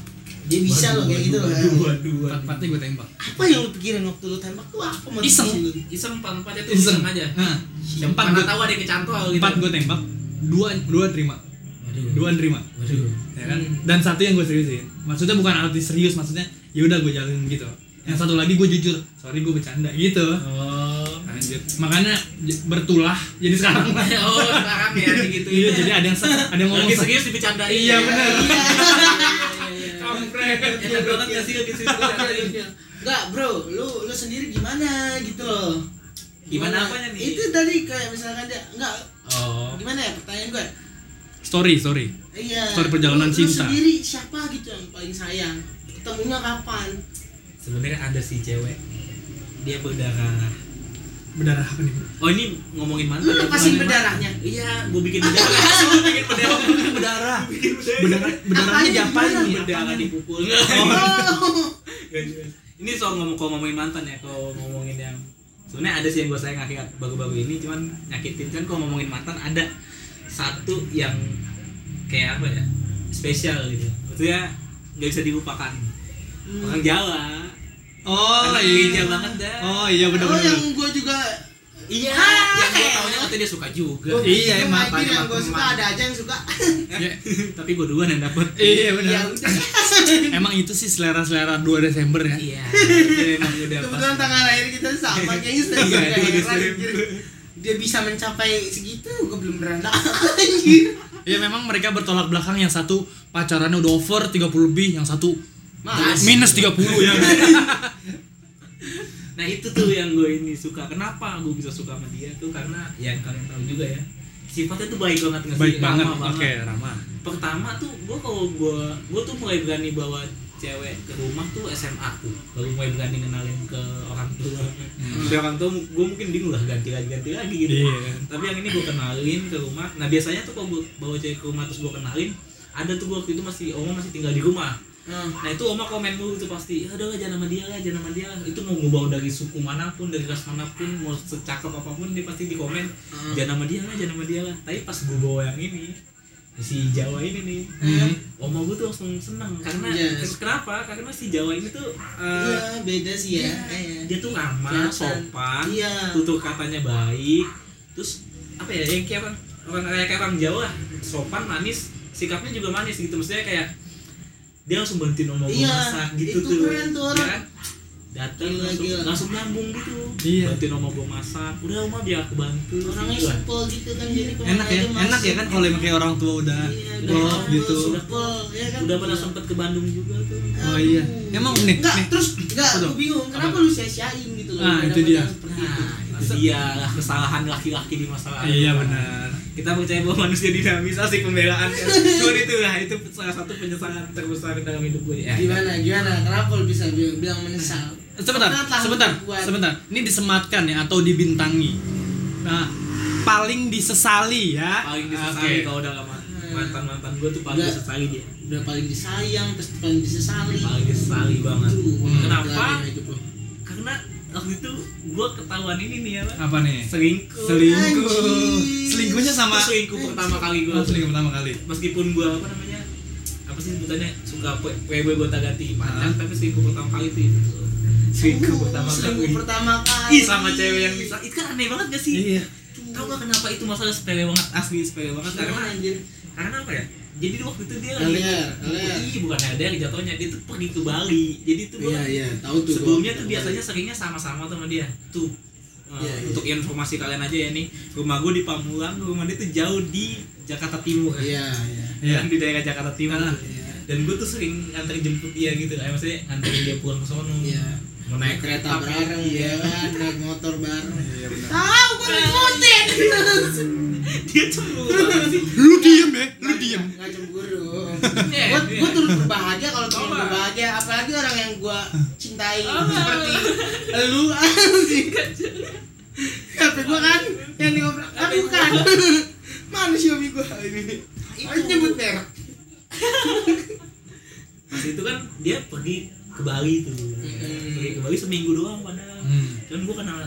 dia bisa loh kayak gitu loh waduh Empat-empatnya gua tembak. apa yang lu pikirin waktu lu tembak tuh apa motivasi Iseng. lu? iseng pan pan itu Iseng iseng aja Nah, yang empat pernah gua- tahu ada yang kecantol gitu empat gue tembak dua dua terima waduh dua terima waduh ya kan dan satu yang gue seriusin maksudnya bukan arti serius maksudnya ya udah gue jalin gitu yang satu lagi gue jujur sorry gue bercanda gitu oh lanjut makanya j- bertulah jadi (laughs) sekarang lah oh sekarang ya gitu iya jadi ada yang se- ada yang ngomong lagi se- serius dibicarain iya benar Iya, Enak banget gak sih di situ? Iya. Enggak bro, lu lu sendiri gimana gitu loh Gimana apanya nih? Itu tadi kayak misalkan dia enggak Oh. gimana ya pertanyaan gue? story story Iya. Story perjalanan lu, cinta. Lu sendiri siapa gitu yang paling sayang? Ketemunya kapan? Sebenarnya ada si cewek. Dia berdarah. berdarah apa nih bro Oh ini ngomongin mantan. Lu lepasin ya? Ngomongin mantan. berdarahnya. Iya, gua bikin berdarah. Gua bikin berdarah. berdarah Berdarah. berdarah berdarahnya Apanya diapain gimana? nih Berdarah berdarah dipukul. Oh. (laughs) Ini soal ngomong kalau ngomongin mantan ya, kalau ngomongin yang sebenarnya ada sih yang gue sayang akhir baru-baru ini cuman nyakitin kan kalau ngomongin mantan ada satu yang kayak apa ya spesial gitu maksudnya nggak bisa dilupakan orang Jawa Oh Anak iya gereja banget dah. Oh iya oh yang benar-benar. gue juga iya yang gue taunya waktu dia suka juga gua- Iya, emang, gua Oh, main tanya yang sama gue suka teman. ada aja yang suka Ya, (laughs) tapi gue duluan yang dapet Iya ya benar. (laughs) udah Emang itu sih selera-selera 2 Desember ya. iya itu emang udah kebetulan pas tanggal lahir kita sama kayaknya sudah Iya, nggak iya, heran, iya. anjir. dia bisa mencapai segitu gue belum beranda (laughs) anjir Ya memang mereka bertolak belakang yang satu pacarannya udah over 30 lebih, yang satu Mas. minus 30 ya. nah itu tuh yang gue ini suka kenapa gue bisa suka sama dia tuh karena ya kalian tahu juga ya sifatnya tuh baik banget nggak sih? Baik Ramah banget. Oke, Rama. pertama tuh gue kalau gue gue tuh mulai berani bawa cewek ke rumah tuh SMA tuh baru mulai berani kenalin ke orang tua Hmm. Ke orang tua gue mungkin bingung lah ganti lagi ganti lagi gitu Iya. tapi yang ini gue kenalin ke rumah nah biasanya tuh kalau gue bawa cewek ke rumah terus gue kenalin ada tuh gua waktu itu masih oma masih tinggal di rumah Hmm. nah itu oma komen dulu tuh pasti "Ya udah lah, jangan sama dia lah jangan sama dia lah itu mau ngubah dari suku manapun dari ras manapun mau secakap apapun dia pasti di komen Hmm. jangan sama dia lah jangan sama dia lah tapi pas gue bawa yang ini si Jawa ini nih kan, Hmm. oma gue tuh langsung seneng karena Yes. kenapa karena si Jawa ini tuh Iya, eh, beda sih ya. Iya. Iya. dia tuh ramah Kelihatan. sopan Iya. tutur katanya baik terus apa ya yang kayak orang orang kayak kayak orang Jawa lah, sopan manis sikapnya juga manis gitu maksudnya kayak dia langsung bantuin omong Iya, masak itu gitu tuh keren tuh orang. ya kan? datang Gila, langsung, gila. langsung nyambung gitu Iya. bantuin omong gue masak udah oma biar aku bantu Orangnya Gitu lah. supel gitu kan jadi kemana Enak ya, aja masuk. enak ya kan kalau emang kayak orang tua udah Iya, udah klop enak, gitu. Supel, ya kan. udah pernah sempet ke Bandung juga tuh Nah, Oh iya. Aduh. Emang nih, Enggak, nih. terus enggak Apa gue tuh? bingung kenapa lu sia-siain gitu loh. Ah, Gak itu dapet dia. yang seperti itu. nah itu dia lah kesalahan laki-laki di masa lalu Iya benar. kita percaya bahwa manusia dinamis asik pembelaan cuman itu lah itu salah satu penyesalan terbesar dalam hidup gue ya Gimana gimana? Kenapa lu bisa bilang, bilang menyesal? Eh, Sebentar, Karena telah sebentar, dibuat. sebentar. Ini disematkan ya atau dibintangi. Nah, paling disesali ya. paling Oke. disesali kalau dalam mantan mantan gue tuh paling Nggak. disesali dia Udah paling disayang, terus paling disesali. paling disesali banget Aduh, wah, Kenapa? gila dia hidup lu. karena waktu itu gue ketahuan ini nih ya Pak. Apa nih? selingkuh Eh. Selingkuh. Anjing. Selingkuhnya sama Itu selingkuh pertama kali gue Oh, selingkuh pertama kali. meskipun gue apa namanya apa sih sebutannya suka pw gue tak ganti pacar Ah. tapi selingkuh pertama kali itu itu selingkuh Oh, pertama selingkuh kali pertama kali. Ih sama cewek yang bisa itu kan aneh banget gak sih Iya. Tahu gak kenapa itu masalah sepele banget asli sepele banget karena Gimana anjir? karena apa ya? Jadi waktu itu dia LDR, LDR. Ih, bukan LDR jatuhnya dia tuh pergi ke Bali. Jadi tuh gua Iya iya, tahu tuh. sebelumnya gua. tuh biasanya seringnya sama-sama tuh sama dia. Tuh eh, Iya, iya. untuk informasi kalian aja ya nih rumah gue di Pamulang rumah dia tuh jauh di Jakarta Timur Iya iya. Iya. Kan di daerah Jakarta Timur Ah. Iya. dan gue tuh sering antar jemput dia gitu eh, maksudnya nganterin dia pulang ke sono Iya. mau naik kereta tapi- bareng ya kan naik motor bareng Iya benar. tahu gue ngikutin (laughs) iya. (laughs) dia cemburu banget sih Lu diem ya, lu diem. nggak cemburu (laughs) Iya, gue iya. gue turut berbahagia kalau temen Apa? berbahagia apalagi orang yang gue cintai Apa? (laughs) seperti lu anjing HP gue kan yang diobrol kan (laughs) bukan mana Xiaomi gue ini Ini nyebut merek pas itu kan dia pergi ke Bali tuh pergi ke Bali seminggu doang padahal Hmm. cuman gue kenal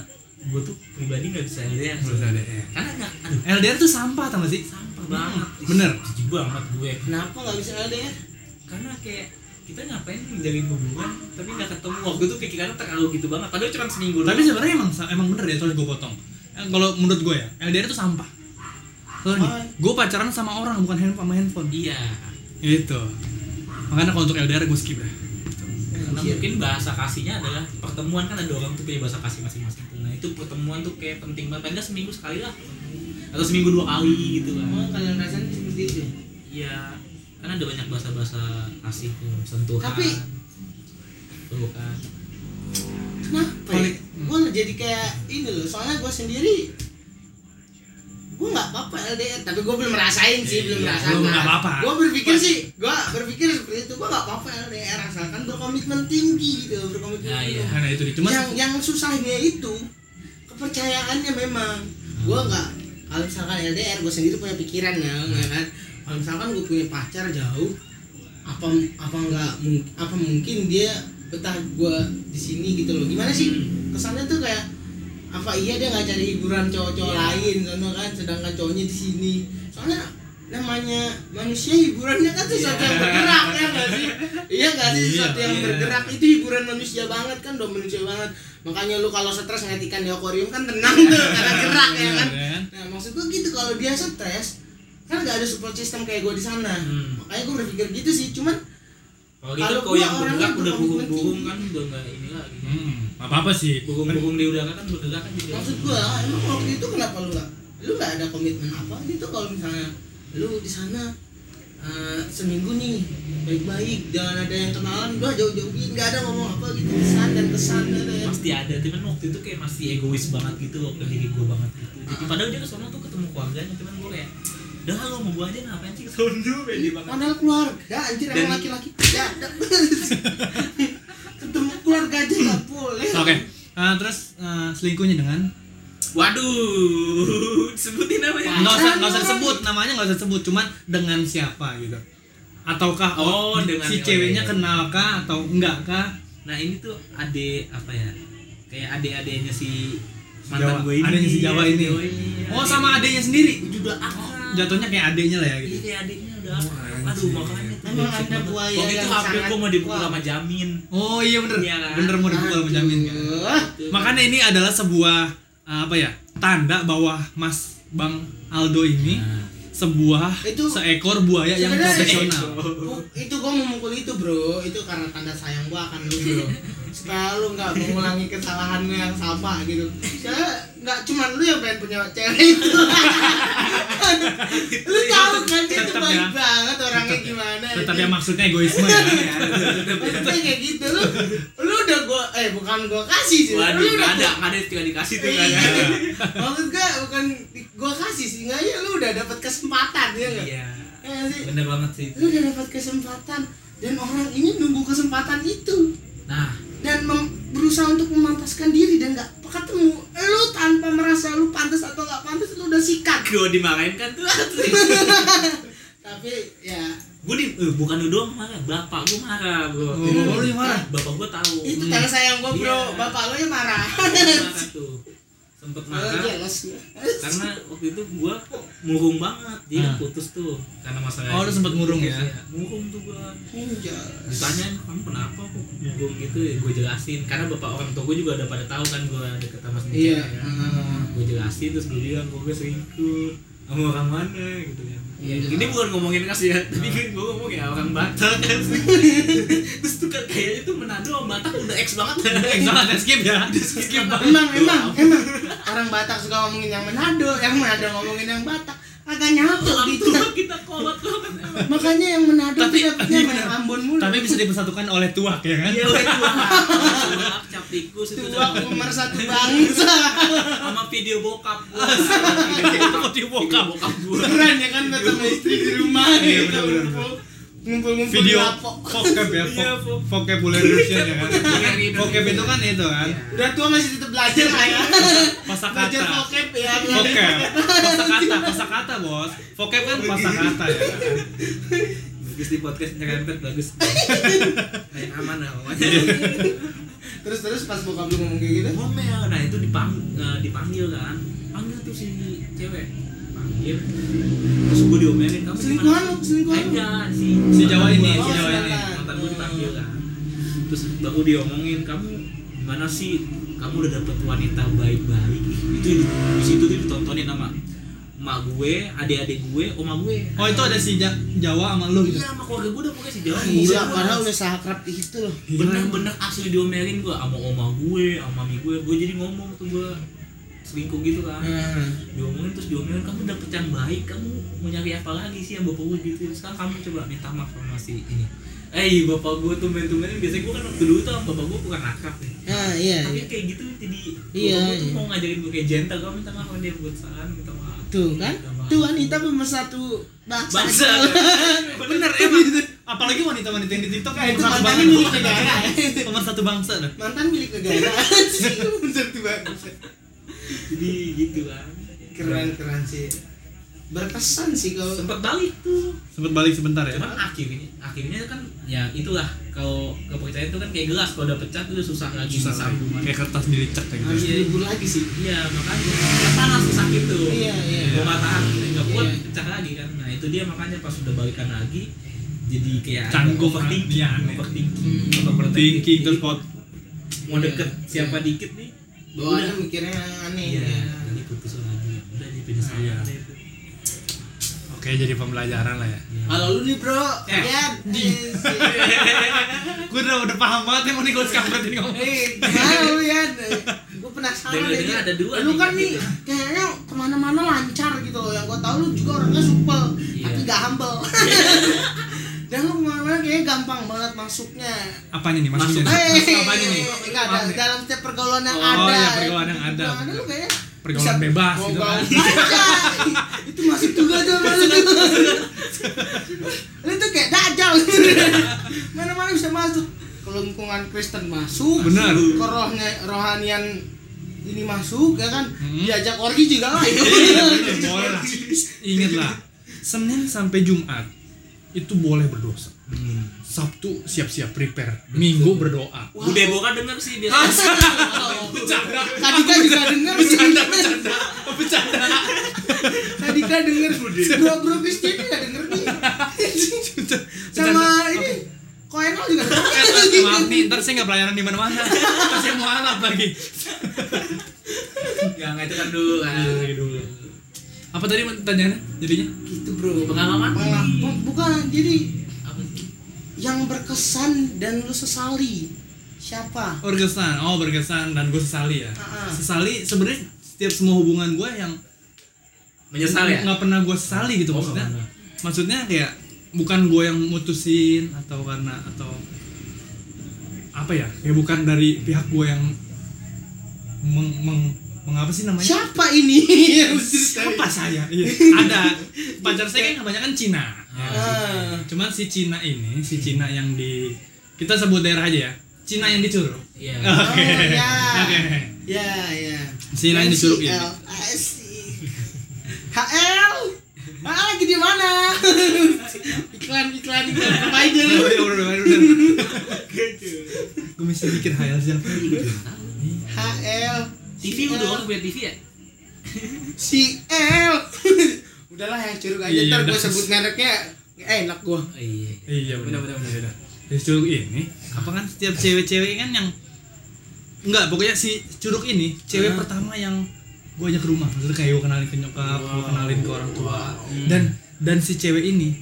gue tuh pribadi nggak bisa LDR Nggak bisa LDR. karena nggak aduh LDR tuh sampah tau gak sih? sampah banget Ih, bener. jijik banget gue kenapa nggak bisa ya? LDR karena kayak kita ngapain menjalin hubungan tapi nggak ketemu waktu itu pikirannya terlalu gitu banget padahal cuma seminggu Tapi doang sebenarnya emang emang bener ya soalnya gue potong. Eh, Kalau menurut gue ya, LDR tuh sampah. Sorry, Why? gue pacaran sama orang bukan handphone sama handphone. iya Gitu. Makanya kalau untuk LDR gue skip dah. karena Iya. mungkin bahasa kasihnya adalah pertemuan kan ada orang tuh punya bahasa kasih masing-masing nah itu pertemuan tuh kayak penting banget padahal seminggu sekali lah atau seminggu dua kali gitu kan emang kalian rasanya seperti itu Iya, kan ada banyak bahasa-bahasa asik tuh, sentuhan. kan. Tapi- pelukan. Kenapa ya? Paling- Gue jadi kayak ini loh, soalnya gue sendiri gue nggak apa-apa LDR, tapi gue belum merasain sih, belum Iya, merasakan. lu nggak apa-apa. Gue berpikir sih, gue berpikir seperti itu, gue nggak apa-apa LDR asalkan berkomitmen tinggi gitu, berkomitmen. Nah, tinggi. iya. Karena itu dia. gitu. Cuman yang yang susahnya itu kepercayaannya memang. Gue nggak kalau misalkan LDR, gue sendiri punya pikiran ya, ya kan. Kalau misalkan gue punya pacar jauh, apa apa nggak mung- apa Hmm. mungkin dia betah gue di sini gitu loh? Gimana sih? kesannya tuh kayak apa iya dia nggak cari hiburan cowok-cowok Iya. lain sono kan sedangkan cowoknya di sini soalnya namanya manusia hiburannya kan sesuatu yang Iya. bergerak ya nggak sih iya nggak sih Iya, sesuatu yang iya. bergerak itu hiburan manusia banget kan udah manusia banget makanya lu kalau stres ngeliat ikan di akuarium kan tenang (laughs) tuh karena gerak ya kan Iya, kan? nah maksud gua gitu kalau dia stres kan nggak ada support system kayak gua di sana Hmm. makanya gua berpikir gitu sih cuman Kalau itu Kalau kau yang gua bergerak orangnya udah berkomitmen buhung-buhung tinggi. kan udah nggak ini lagi. hmm, apa apa sih Buhung-buhung di udara kan bergerak kan jadi. maksud gua emang waktu itu kenapa lu nggak lu nggak ada komitmen apa gitu kalau misalnya lu di sana eh, seminggu nih baik-baik jangan ada yang kenalan gua jauh-jauhin nggak ada ngomong apa gitu kesan dan kesan gitu ya pasti ada cuman waktu itu kayak masih egois banget gitu waktu diri gue banget gitu Ah. jadi padahal dia kesana tuh ketemu keluarganya cuman gue kayak udah lo mau gue aja ngapain sih kesana dulu pede banget padahal keluarga anjir Dan- emang laki-laki ya (laughs) ketemu keluarga aja nggak boleh oke Ah, terus ah, selingkuhnya dengan (laughs) Waduh, sebutin ya. namanya. Nah. nggak usah nggak usah disebut namanya nggak usah disebut cuman dengan siapa gitu ataukah Oh, dengan- si oh, ceweknya iya, iya. kenal kah atau enggak kah nah ini tuh ade apa ya kayak ade-adenya si Jawa. mantan gue ini Adenya si Jawa ini. Jawa oh sama Adek- adenya sendiri juga Oh, akrab jatuhnya kayak adenya lah ya Iya, gitu kayak adiknya udah Oh, akrab. aduh anjir. makanya tuh Emang basic ada banget. buaya waktu itu yang hampir sangat gue mau dipukul kuat. sama jamin oh iya bener Iya kan? bener mau dipukul menjamin kan Aduh. Tuh. makanya ini adalah sebuah ah, apa ya tanda bahwa mas bang Aldo ini Iya. Nah. sebuah Itu- seekor buaya yang Sebenarnya- profesional Bu, itu gua memukul itu bro itu karena tanda sayang gua akan lu bro supaya lu nggak mengulangi kesalahan lu yang sama gitu saya nggak cuma lu yang pengen punya cewek itu (laughs) lu tahu kan dia tuh Tetep baik ya. banget orangnya Tetep ya. gimana tetap gitu. ya maksudnya egoisme ya maksudnya kayak gitu lu lu udah gua eh bukan gua kasih sih Waduh, lu nggak udah ada, nggak ada tinggal dikasih tuh nggak Iya. ada. (laughs) maksud gua bukan di- gua kasih sih nggak ya lu udah dapat kesempatan ya nggak iya Ya nggak sih bener banget sih lu udah dapat kesempatan dan orang ini nunggu kesempatan itu nah dan mem- berusaha untuk memantaskan diri dan nggak ketemu lu tanpa merasa lu pantas atau nggak pantas lu udah sikat Gue dimarahin kan (laughs) tuh. tapi ya gue di eh, bukan lu doang marah bapak gue marah bro Kan, Oh, lu yang marah? bapak gue tahu itu Hmm. tanda sayang gua bro Iya. bapak lu yang marah Iya, Dia marah tuh sempet Malah marah Kan jealous gua. karena waktu itu gue kok murung banget dia Ah. putus tuh karena masalah Oh, lu sempet murung ya? Iya, murung tuh gue Hmm, jealous. ditanyain kamu kenapa kok Iya. murung gitu gue jelasin karena bapak orang tua gue juga udah pada tahu kan gue deket sama sendiri iya kan. ah. gue jelasin terus gue bilang gue gue selingkuh sama Hmm. orang mana gitu kan Iya, Ini bukan ngomongin kas Iya. ya, tapi kan gue ngomong ya orang Batak kan. Terus tuh kan kayaknya tuh Manado sama Batak udah ex banget. Eh, jangan ada skip ya skip banget emang emang emang orang Batak suka ngomongin yang Manado yang Manado ngomongin yang Batak agak nyatu Orang gitu tua kita kolot banget. emang. makanya yang Manado tuh Tapi- dapetnya iya sama yang bener. Ambon mulu tapi bisa dipersatukan oleh tuak ya kan Iya, oleh tua. Tuak, cap tikus itu dua dah. pemersatu bangsa sama video bokap gua. Video bokap. bokap gua. Keren ya kan datang sama istri di rumah Iya, gitu, benar-benar. ngumpul- ngumpul-ngumpul video di lapok. vocab ya Iya, vo- vocabulation ya kan vocab itu kan itu kan Udah tua masih tetap belajar lah ya. kosakata Iya. Belajar vocab ya. vocab kosakata kosakata bos vocab kan kosakata ya kan? bagus di podcast nyerempet bagus main aman lah pokoknya Terus terus pas bokap lu ngomong kayak gitu. ngomel nah itu dipang, eh, dipanggil kan panggil tuh si cewek panggil terus gue diomelin kamu Selingkuhan lu, gimana?" selingkuhan lu. enggak si Oh, Si Jawa ini, si Jawa ini. mantan gue dipanggil kan terus baru diomongin kamu gimana sih kamu udah dapet wanita baik-baik itu di situ tuh ditontonin sama emak gue adik-adik gue oma gue oh itu ada si Ja- Jawa sama lu gitu iya sama keluarga gue udah pokoknya si Jawa "Ah, Gila, Gua- iya, padahal udah sakrap itu loh. bener-bener asli diomelin gue sama oma gue sama mami gue gue jadi ngomong tuh gue selingkuh gitu kan Nah, diomongin terus diomelin kamu dapet yang baik kamu mau nyari apa lagi sih yang bapak gue gitu sekarang kamu coba minta maaf sama si ini eh bapak gue tuh main main biasanya gue kan waktu dulu tuh sama bapak gue bukan akrab nih Ah iya. tapi iya. kayak gitu jadi Iya, bapak gue tuh iya. mau ngajarin gue kayak gentle kamu minta maaf sama dia buat saran minta maaf Tuh kan. Iya, Minta maaf. Tuh wanita pemersatu bangsa. bangsa (laughs) bener emang apalagi wanita-wanita yang di TikTok kan Nah, itu pemersatu mantannya bangsa. milik negara. pemersatu bangsa dah Mantan milik (laughs) negara. Pemersatu bangsa. jadi gitu kan Keren keren sih. Berkesan sih kalau sempet balik tuh sempet balik sebentar ya cuman akhirnya akhirnya kan ya itulah kalau kepercayaan itu kan kayak gelas kalau udah pecah tuh udah susah lagi susah lagi disambungan. kayak kertas dilecek kayak harus gitu Iya. dibul lagi sih iya makanya kan panas tuh sakit tuh iya iya mau tahan eh, nggak kuat Iya. pecah lagi kan nah itu dia makanya pas udah balikan lagi jadi kayak ada Canggung, overthinking iya, aneh. overthinking Hmm. overthinking. thinking terus pot mau deket Iya. siapa dikit nih bawaannya mikirnya yang aneh iya ya. nanti putus lagi udah jadi penyesalan Iya. deh. oke jadi pembelajaran lah ya Iya. (laughs) kalau lu nih bro Eh, ya di. eh, si- gue udah udah paham banget ya mau nih gue kampret ini ngomong Eh, gimana lu ya? Gue penasaran Dengar-dengar aja. ada dua Lu nih, kan nih gitu. kayaknya kemana-mana lancar gitu loh. Yang gue tahu lu juga orangnya supel, Iya. tapi gak (laughs) humble. Dan lu kemana-mana kayaknya gampang banget masuknya. apanya nih maksudnya Masuk. nih? Eh, Masuk apanya nih Enggak ada Maaf nih. dalam setiap pergaulan yang Oh, ada. iya, pergaulan yang ada. Pergaulan lu kayaknya Pergaulan bisa bebas gitu ngobang. kan. Anjay, Itu masuk juga tuh sama lu tuh. Lu tuh kayak dajal. Mana-mana bisa masuk. Kelengkungan Kristen masuk. Benar. Ke rohnya- rohanian ini masuk ya kan Hmm. Iya, diajak orgi juga lah itu boleh lah ingat lah senin sampai jumat itu boleh berdosa Hmm. sabtu siap-siap prepare minggu berdoa Bu Debo kan denger sih biasa bercanda Kadika kan juga denger bercanda bercanda bercanda Kadika denger bro bro bisnis juga denger nih sama ini Koenol juga denger. Eh, maaf nih ntar saya nggak pelayanan di mana-mana ntar saya mau alat lagi yang itu kan dulu kan dulu apa tadi Man, pertanyaannya jadinya gitu bro pengalaman Malah, bukan jadi apa yang berkesan dan lu sesali siapa oh, berkesan oh berkesan dan gue sesali ya Ah, ah. sesali sebenarnya setiap semua hubungan gue yang menyesal ya nggak pernah gue sesali gitu Oh, maksudnya nggak pernah. maksudnya kayak bukan gue yang mutusin atau karena atau apa ya kayak bukan dari pihak gue yang meng, meng, mengapa sih namanya siapa ini Iya, siapa saya iya. ada pacar saya kan kebanyakan Cina ya. Ah. cuman si Cina ini si Cina yang di kita sebut daerah aja ya Cina yang dicurug Iya. oke Oh, ya. (laughs) oke ya ya Sini lain disuruh ini. NCL, ASC. HL HL Ah, lagi di mana (laughs) iklan iklan iklan provider Udah, udah, udah, udah, udah. gue mesti mikir hayal siapa HL TV udah orang punya TV ya CL (laughs) udahlah yang curug aja Iya, ntar gue udah. sebut mereknya eh, enak gue Oh, iya iya benar Benar, benar benar, benar. dari curug ini apa kan setiap cewek-cewek kan yang enggak pokoknya si curug ini cewek Hah? pertama yang gue ajak ke rumah maksudnya kayak gue kenalin ke nyokap gue Wow. kenalin ke orang tua Hmm. dan dan si cewek ini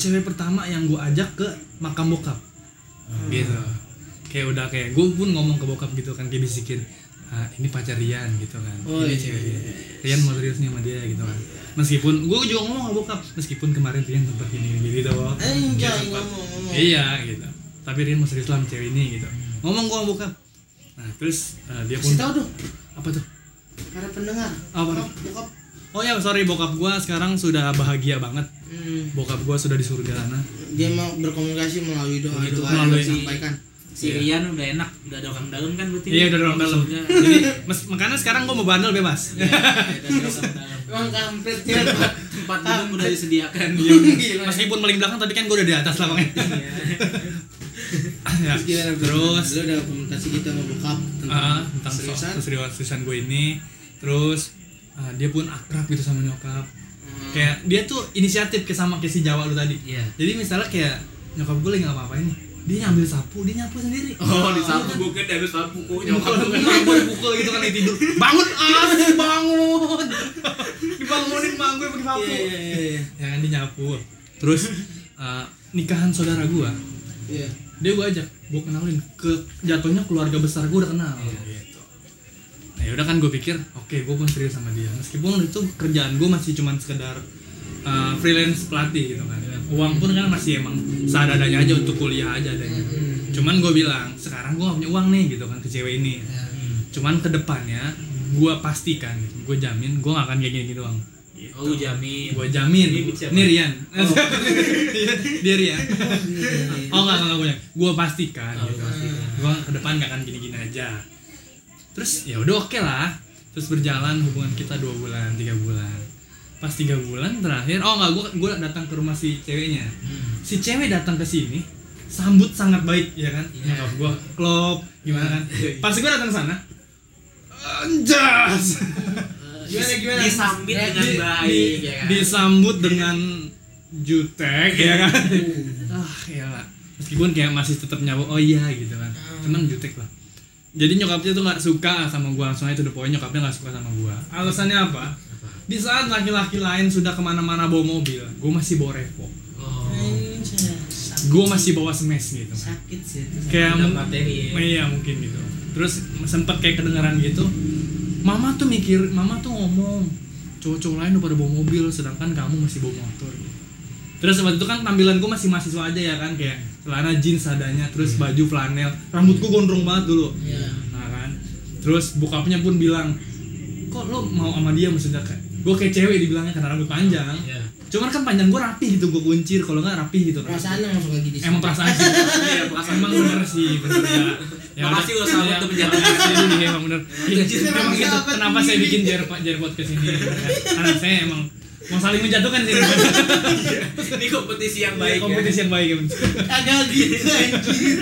cewek pertama yang gue ajak ke makam bokap Hmm. gitu kayak udah kayak gue pun ngomong ke bokap gitu kan kayak bisikin "Ah, ini pacar Rian gitu kan Oh, ini iya. cewek Rian. Rian mau serius nih sama dia gitu kan meskipun gue juga ngomong ke bokap meskipun kemarin Rian sempat gini gini gitu Bok. Dia enjoy sempat- ngomong ngomong iya gitu tapi Rian mau serius lah sama cewek ini gitu ngomong gue sama bokap nah terus eh, dia pun kasih tau dong apa tuh para pendengar Oh, para- Bokap- bokap oh ya sorry bokap gue sekarang sudah bahagia banget hmm, bokap gue sudah ah. di surga sana dia mau berkomunikasi melalui doa Begitu, doa melalui- yang disampaikan si Rian udah enak udah ada orang dalam kan berarti Iya udah dorong dalam. (laughs) Maksudnya, Jadi mes- makanya sekarang gue mau bandel bebas. iya, udah ada orang dalam. Emang (laughs) kampretnya tempat duduk udah disediakan Iya, (laughs) gila. Meskipun paling belakang tapi kan gue udah di atas (laughs) lapangan. ya. Terus gimana, Bro? Terus lu udah komunikasi gitu sama bokap ah, tentang, tentang soal keseriusan? keseriusan gue ini, terus ah, dia pun akrab gitu sama nyokap. Hmm. Kayak dia tuh inisiatif ke sama kayak si Jawa lu tadi. Iya. Jadi misalnya kayak nyokap gue lagi ngapa-ngapain nih, dia nyambil sapu, dia nyapu sendiri. Iya oh disapu gue kan dari sapu kok nyokap Kalau gue kan gue pukul gitu kan lagi tidur. Bangun ah, bangun. Dibangunin mang gue pakai sapu. Iya, iya, iya, iya. ya kan dia nyapu terus eh, nikahan saudara gua Iya. dia gua ajak gua kenalin ke jatuhnya keluarga besar gua udah kenal gitu nah yaudah kan gua pikir oke gua pun serius sama dia meskipun itu kerjaan gua masih cuman sekedar eh, freelance pelatih gitu kan uang pun kan masih emang seadanya aja untuk kuliah aja adanya Hmm. cuman gua bilang sekarang gua gak punya uang nih gitu kan ke cewek ini cuman kedepannya gua pastikan gua jamin gua gak akan kayak gini-gini doang oh lu jamin gue jamin Ini siapa? Oh. ini Rian (laughs) dia (laughs) Rian Iya, iya, iya. oh nggak nggak gue gue pastikan Oh, gitu pastikan. gue ke depan nggak akan gini-gini aja terus ya udah oke lah terus berjalan hubungan kita dua bulan tiga bulan pas tiga bulan terakhir oh nggak gue gue datang ke rumah si ceweknya si cewek datang ke sini sambut sangat baik ya kan Iya. nyokap gue klop gimana kan pas gue datang sana anjas Eh, Gimana, gimana? disambit Ya, dengan di- baik di- ya kan disambut dengan jutek ya kan (laughs) ah ya meskipun kayak masih tetap nyawa oh iya gitu kan cuman jutek lah jadi nyokapnya tuh nggak suka sama gua langsung aja tuh poin nyokapnya nggak suka sama gua alasannya apa di saat laki-laki lain sudah kemana-mana bawa mobil gua masih bawa revo oh Anjas. gua masih bawa smash gitu sakit sih itu. kayak Dapat mung- materi ya. iya mungkin gitu terus sempat kayak kedengeran gitu mama tuh mikir mama tuh ngomong cowok-cowok lain udah pada bawa mobil sedangkan kamu masih bawa motor gitu. terus waktu itu kan tampilanku masih mahasiswa aja ya kan kayak celana jeans adanya terus baju flanel rambutku gondrong banget dulu Iya. nah kan terus bokapnya pun bilang kok lo mau sama dia maksudnya kayak gue kayak cewek dibilangnya karena rambut panjang Iya. cuman kan panjang gue rapi gitu gue kuncir kalau nggak rapi gitu Perasaan emang suka gitu sih. Emang perasaan sih. Iya, perasaan. Emang bener sih, bener ya. Makasih lo sahabat Ya, tuh penjaga. makasih dulu, ya, emang bener. Iya, Jadi emang emang gitu. sahabat Kenapa saya sendiri. bikin jar jar podcast ini? Karena saya emang mau saling menjatuhkan sih. Ini kompetisi yang Baik, baik. kompetisi yang baik ya. bener. Agak (laughs) gitu anjir.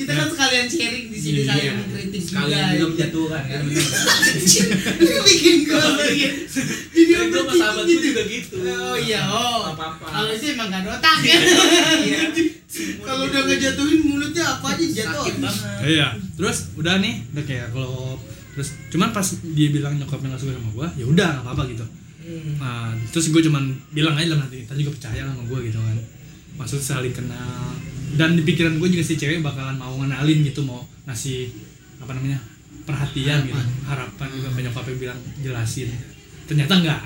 Kita kan sekalian sharing di sini Iya. saling mengkritik juga. Kalian juga menjatuhkan kan. Anjir, Lu (laughs) bikin Oh, gue iya. bagian video Gue sama bertiga sahabat gitu. gue juga gitu. Oh iya, oh. Apa-apa. Kalau sih emang gak ada otak ya. Iya. (laughs) Kalau udah ngejatuhin mulutnya apa aja jatuh. sakit banget Iya. Terus udah nih, udah kayak kalau terus cuman pas dia bilang nyokapnya nggak suka sama gua, ya udah nggak apa-apa gitu. Nah, terus gue cuman bilang aja dalam hati, tadi juga percaya sama gue gitu kan. Maksud saling kenal. Dan di pikiran gue juga si cewek bakalan mau ngenalin gitu, mau ngasih apa namanya perhatian gitu, harapan juga ke nyokapnya bilang jelasin. Ternyata enggak.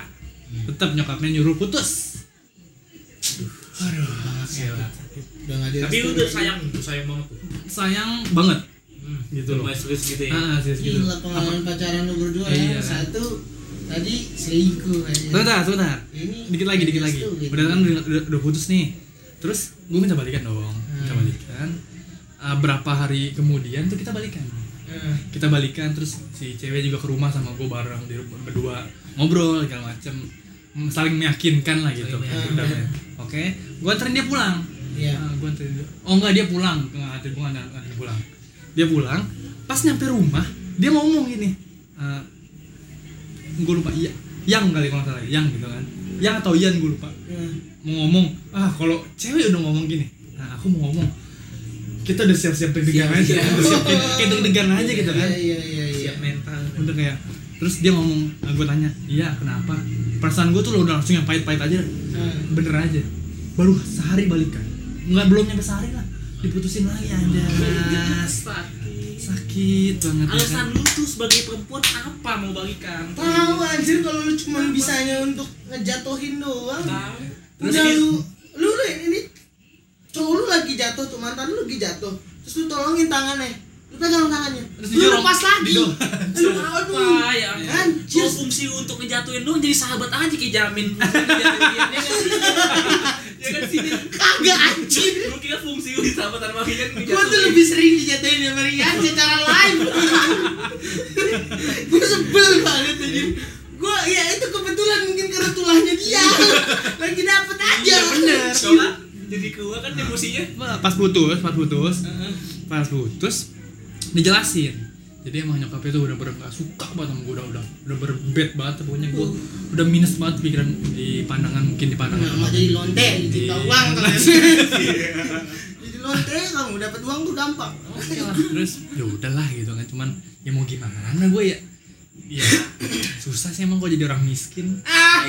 Tetap nyokapnya nyuruh putus. Aduh, gila. Udah gak ada. Tapi lu udah sayang, tuh, sayang banget tuh. sayang banget iya. Hmm, gitu loh. Lumayan serius gitu ya. Ah, serius gitu. Gila pengalaman pacaran lu berdua Iya. ya. Satu tadi selingkuh aja. Sebentar, sebentar. Ini dikit lagi dikit lagi restu gitu. udah kan udah, udah- udah putus nih terus gue minta balikan dong minta Hmm. balikan Ah, berapa hari kemudian tuh kita balikan Eh, kita balikan terus si cewek juga ke rumah sama gue bareng di rumah berdua ngobrol segala macem Mm, saling meyakinkan lah gitu Saling Udah, meyakinkan. ya. oke gue anterin dia pulang Iya. Ah, gua anterin dia. oh enggak dia pulang nggak anterin gue nggak anterin pulang dia pulang pas nyampe rumah dia ngomong gini eh gue lupa iya yang kali kalau nggak salah yang gitu kan yang atau ian gue lupa eh. mau ngomong ah kalau cewek udah ngomong gini nah aku mau ngomong kita udah siap-siap deg-degan Siap, aja siap. udah siap kayak deg-degan aja gitu kan Iya iya iya. Siap mental. udah kayak terus dia ngomong nah, gue tanya iya kenapa perasaan gue tuh lo udah langsung yang pahit-pahit aja Eh, bener aja baru sehari balikan nggak belum nyampe sehari lah diputusin lagi Iya. aja sakit banget ya kan? Alasan lu tuh sebagai perempuan apa mau balikan? Tahu anjir kalau lu cuma bisanya untuk ngejatuhin doang. Tahu. Terus Terus lu lu lu ini cowok lu lagi jatuh tuh mantan lu lagi jatuh. Terus lu tolongin tangannya. Lu pegang tangannya. Terus lu didorong, lepas lagi. didorong. Lu aduh. Apa ya? Kan Kalau fungsi untuk ngejatuhin lu jadi sahabat aja kayak jamin. Ngejatuhin dia kan sih. Ya kan sih. kagak anjir. Lu kira fungsi lu sahabatan sama dia Gua tuh lebih sering dijatuhin sama Rian secara live. Gua sebel banget anjir. Gua ya itu kebetulan mungkin karena tulahnya dia. Lagi dapet Iya, aja. Iya, bener. Coba jadi keluar kan emosinya. pas putus pas putus pas putus dijelasin jadi emang nyokapnya tuh udah bener gak suka banget sama gue udah udah udah berbed banget pokoknya Uh. gue udah minus banget pikiran di pandangan mungkin di pandangan Nggak Iya, mau jadi lonte, jadi Iya. (laughs) uang kalau Jadi lonte kamu dapat uang tuh gampang. Oke lah. terus ya udahlah gitu kan cuman ya mau gimana gue ya ya susah sih emang kok jadi orang miskin Ah,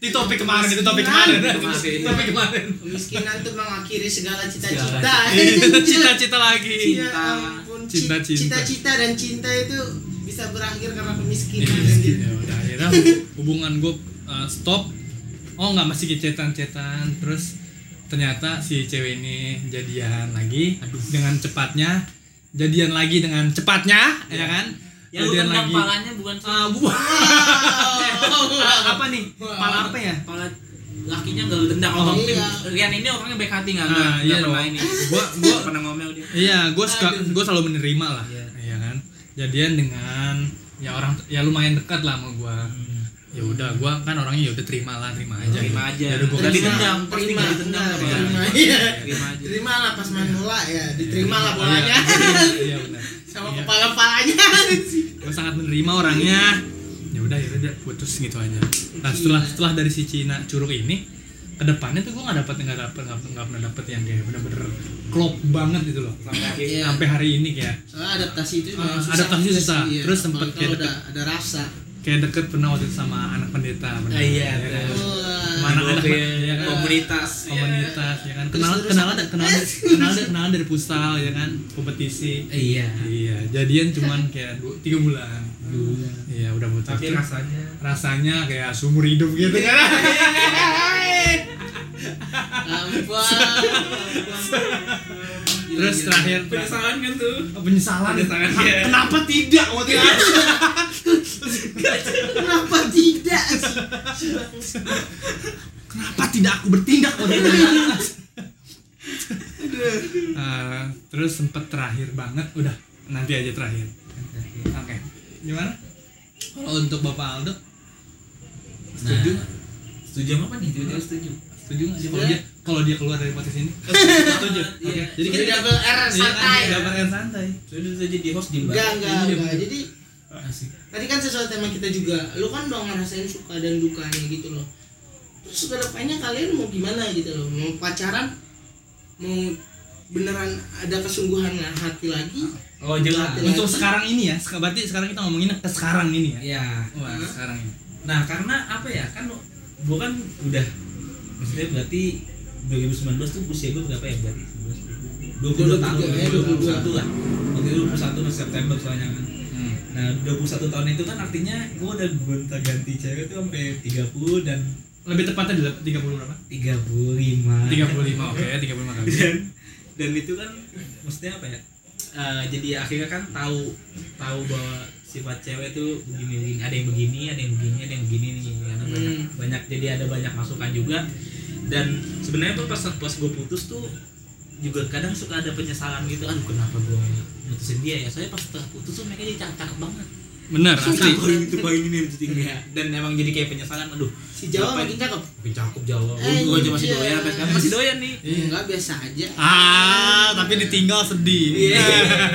di topik kemarin itu topik kemarin. topik kemarin kemiskinan tuh mengakhiri segala Segala cita-cita. (laughs) cita-cita lagi Ya ampun, ci- Cinta-cinta. Cita-cita dan cinta itu bisa berakhir karena Ya, kemiskinan. Gitu. miskin, anjir. ya udah akhirnya hubungan gue stop oh nggak masih kecetan-cetan terus ternyata si cewek ini jadian lagi dengan cepatnya jadian lagi dengan cepatnya ya, kan Ya lu jadian tendang lagi palanya bukan Ah, bu- Oh, Ah, apa nih pala apa ya pala lakinya enggak lu tendang. Oh, Orang tim iya. Rian ini orangnya baik hati enggak? Nah, iya pernah dong. ini. Gua- (laughs) gua- pernah ngomel dia. iya gue suka gue selalu menerima lah Iya. iya kan jadian dengan ya orang ya lumayan dekat lah sama gue ya udah gue kan orangnya ya udah terima lah terima aja Hmm. terima aja ya udah gue Dan kasih didendam pasti terima nggak didendam benar, apa terima ya. iya terima aja terima lah pas main bola ya diterima lah Iya, bolanya (laughs) iya benar sama Iya. kepala (laughs) kepalanya gue sangat menerima orangnya ya udah ya udah putus gitu aja nah Iya. setelah setelah dari si Cina curug ini kedepannya tuh gue nggak dapet nggak dapet nggak pernah- nggak pernah dapet yang kayak bener-bener klop banget gitu loh Iya. sampai hari ini kayak soalnya adaptasi itu memang Ah, adaptasi susah. Iya, Terus sempet apalagi kalau kayak ada ada rasa kayak deket pernah waktu itu sama anak pendeta bener Ah, iya, ya bener. kan? Wah. mana anak Dibawa ke ya kan? komunitas Iya. komunitas ya kan Terus kenalan terus kenalan apa? (laughs) kenalan kenalan kenalan dari pusal ya kan kompetisi iya iya jadian cuman kayak dua, tiga bulan Ah. iya udah putus tapi Terus rasanya rasanya kayak seumur hidup gitu Iya. kan (laughs) Ampun. terus terakhir penyesalan kan tuh penyesalan Penyesalan, Ha, iya. kenapa tidak waktu itu Kenapa tidak? kenapa tidak aku bertindak waktu itu Eh, terus sempet terakhir banget udah nanti aja terakhir oke gimana kalau untuk bapak Aldo setuju Nah, setuju sama apa nih tiba-tiba setuju setuju nggak sih kalau dia kalau dia keluar dari podcast ini setuju Iya. Oke. oke jadi kita Jadi double R Iya, santai. dapat yang santai Iya. setuju saja di host di Enggak, enggak, enggak. Jadi asik tadi kan sesuai tema kita juga. Lu kan udah ngerasain suka dan dukanya gitu loh. Terus ke depannya kalian mau gimana gitu loh? Mau pacaran? Mau beneran ada kesungguhan hati lagi? oh jelas Jelas. untuk sekarang ini ya sek- berarti sekarang kita ngomongin ke sekarang ini ya ya wah Hah? sekarang ini Nah karena apa ya kan lo- gua kan udah maksudnya berarti 2019 tuh usia gua berapa ya berarti 20 tahun 22, ya, 21 lah waktu itu 21 Mas September soalnya kan Hmm. nah 21 tahun itu kan artinya gua udah gonta ganti cewek tuh sampai 30 dan lebih tepatnya di 30 berapa 35 35 oke 35 kali dan dan itu kan maksudnya apa ya Eh, jadi akhirnya kan tahu tahu bahwa sifat cewek tuh begini begini ada yang begini ada yang begini ada yang begini nih karena banyak Hmm, banyak jadi ada banyak masukan juga dan sebenarnya tuh pas pas gue putus tuh juga kadang suka ada penyesalan gitu aduh kenapa gue mutusin dia ya soalnya pas setelah putus tuh mereka jadi cakep, cakep banget bener asli Cakep banget, Oh, iya, itu bayangin ini itu tinggi ya dan emang jadi kayak penyesalan aduh Si Jawa Ngapain? makin cakep. gue cakep jawa gue juga masih Anjay. doyan sampai sekarang masih doyan nih Enggak biasa aja. ah tapi ditinggal sedih Iya.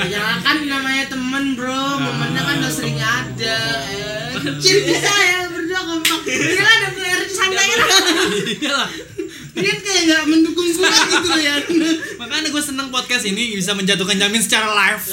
Ya kan namanya temen bro, momennya kan udah sering Ah, ada. Eh, Ciri bisa ya berdua kompak. Gila ada player santai lah. iyalah Dia kayak nggak mendukung gua gitu loh ya. makanya gue seneng podcast ini bisa menjatuhkan jamin secara (laughs) live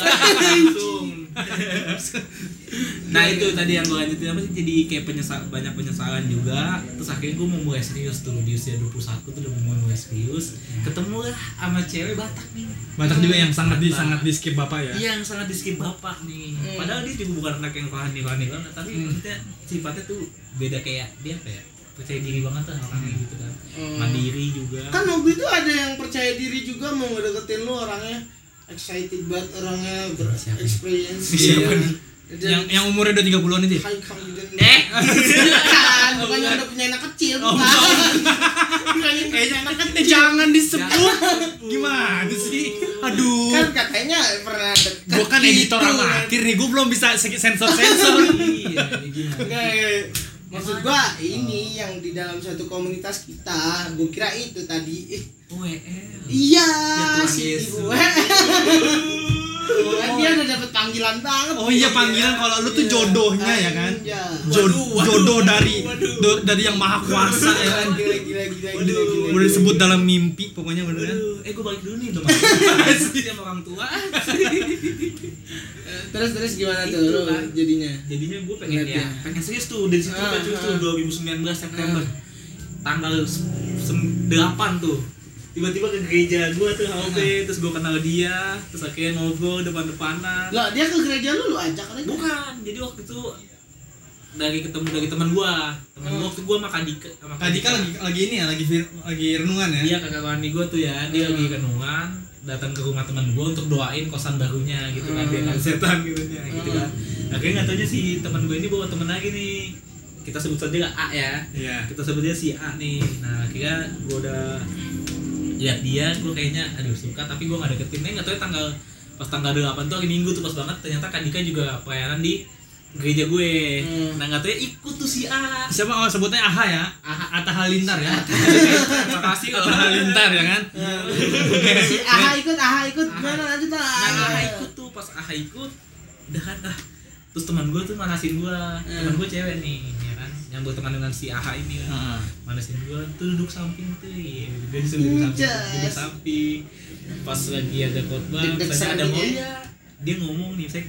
nah itu tadi yang gue lanjutin apa sih jadi kayak penyesal banyak penyesalan juga terus akhirnya gue mau mulai serius tuh di usia 21 tuh udah mau mulai serius ketemu lah sama cewek Batak nih Batak juga yang sangat di Batak. sangat di skip bapak ya Iya. yang sangat diskip bapak nih Hmm. padahal dia juga bukan anak yang rohani rohani banget tapi maksudnya sifatnya tuh beda kayak dia apa ya percaya diri banget lah orangnya gitu kan mandiri juga Kan Nobi tuh ada yang percaya diri juga mau ngedeketin lu orangnya excited banget orangnya Siapa? berexperience. Siapa Iya. nih? Dan yang yang umurnya udah 30-an itu ya? high (laughs) confident. Eh, bukan, bukan yang udah punya anak kecil. Oh, bukan. Bukan yang punya anak kecil. jangan disebut (laughs) gimana sih aduh Kan katanya pernah deket gue kan gitu, editor amatir nih gue belum bisa sensor sensor (laughs) iya iya, gimana Enggak, maksud gua ini yang di dalam suatu komunitas kita, gua kira itu tadi. Eh, E WL Iya, Ya Tuhan si Yesus. gue. Kan dia udah dapet panggilan banget. oh iya panggilan kalau lu tuh jodohnya ya kan Iya. Jod- jodoh dari do- dari yang maha kuasa ya kan Gila gila gila gila. Waduh, gila, udah gila. disebut dalam mimpi pokoknya bener kan Aduh, Iya. eh gue balik dulu nih udah (laughs) malam sama orang tua Terus terus gimana tuh Itu lu kan. jadinya? jadinya gue pengen Ngeliat ya ya. pengen serius tuh dari situ Ah, pengen serius tuh ah. 2019 September tanggal 8 tuh tiba-tiba ke gereja gue tuh HP terus gue kenal dia terus akhirnya ngobrol depan-depanan Lah dia ke gereja lu lu ajak kan? bukan jadi waktu itu dari ketemu dari teman gue teman gue waktu gue sama Oh. Kadika sama tadi kan lagi lagi ini ya lagi fir- lagi renungan ya Iya kakak rohani gue tuh ya, dia lagi kenungan datang ke rumah teman gue untuk doain kosan barunya gitu kan dia kan setan gitu ya gitu kan akhirnya nggak taunya si teman gue ini bawa temen lagi nih kita sebut saja lah A ya iya kita sebut aja si A nih nah akhirnya gue udah lihat dia gue kayaknya aduh suka tapi gue nggak deketin nih nggak tau tanggal pas tanggal 8 tuh hari minggu tuh pas banget ternyata Kadika juga pelayanan di gereja gue Hmm. nah nggak tahu ya ikut tuh si A siapa oh, sebutnya Aha ya Aha. Atta Halilintar ya makasih Atta Halilintar ya kan si aha ikut aha ikut Aha. gimana lanjut lah nah Aha ikut tuh pas Aha ikut udah kan ah terus teman gue tuh manasin gue Iya. teman gue cewek nih ya kan yang berteman dengan si Aha ini kan Heeh. manasin gue tuh duduk samping tuh ya dia disuruh Hmm, duduk samping Inces. duduk samping pas lagi ada khotbah Deg-deg saya ada samping mau ya. dia ngomong nih saya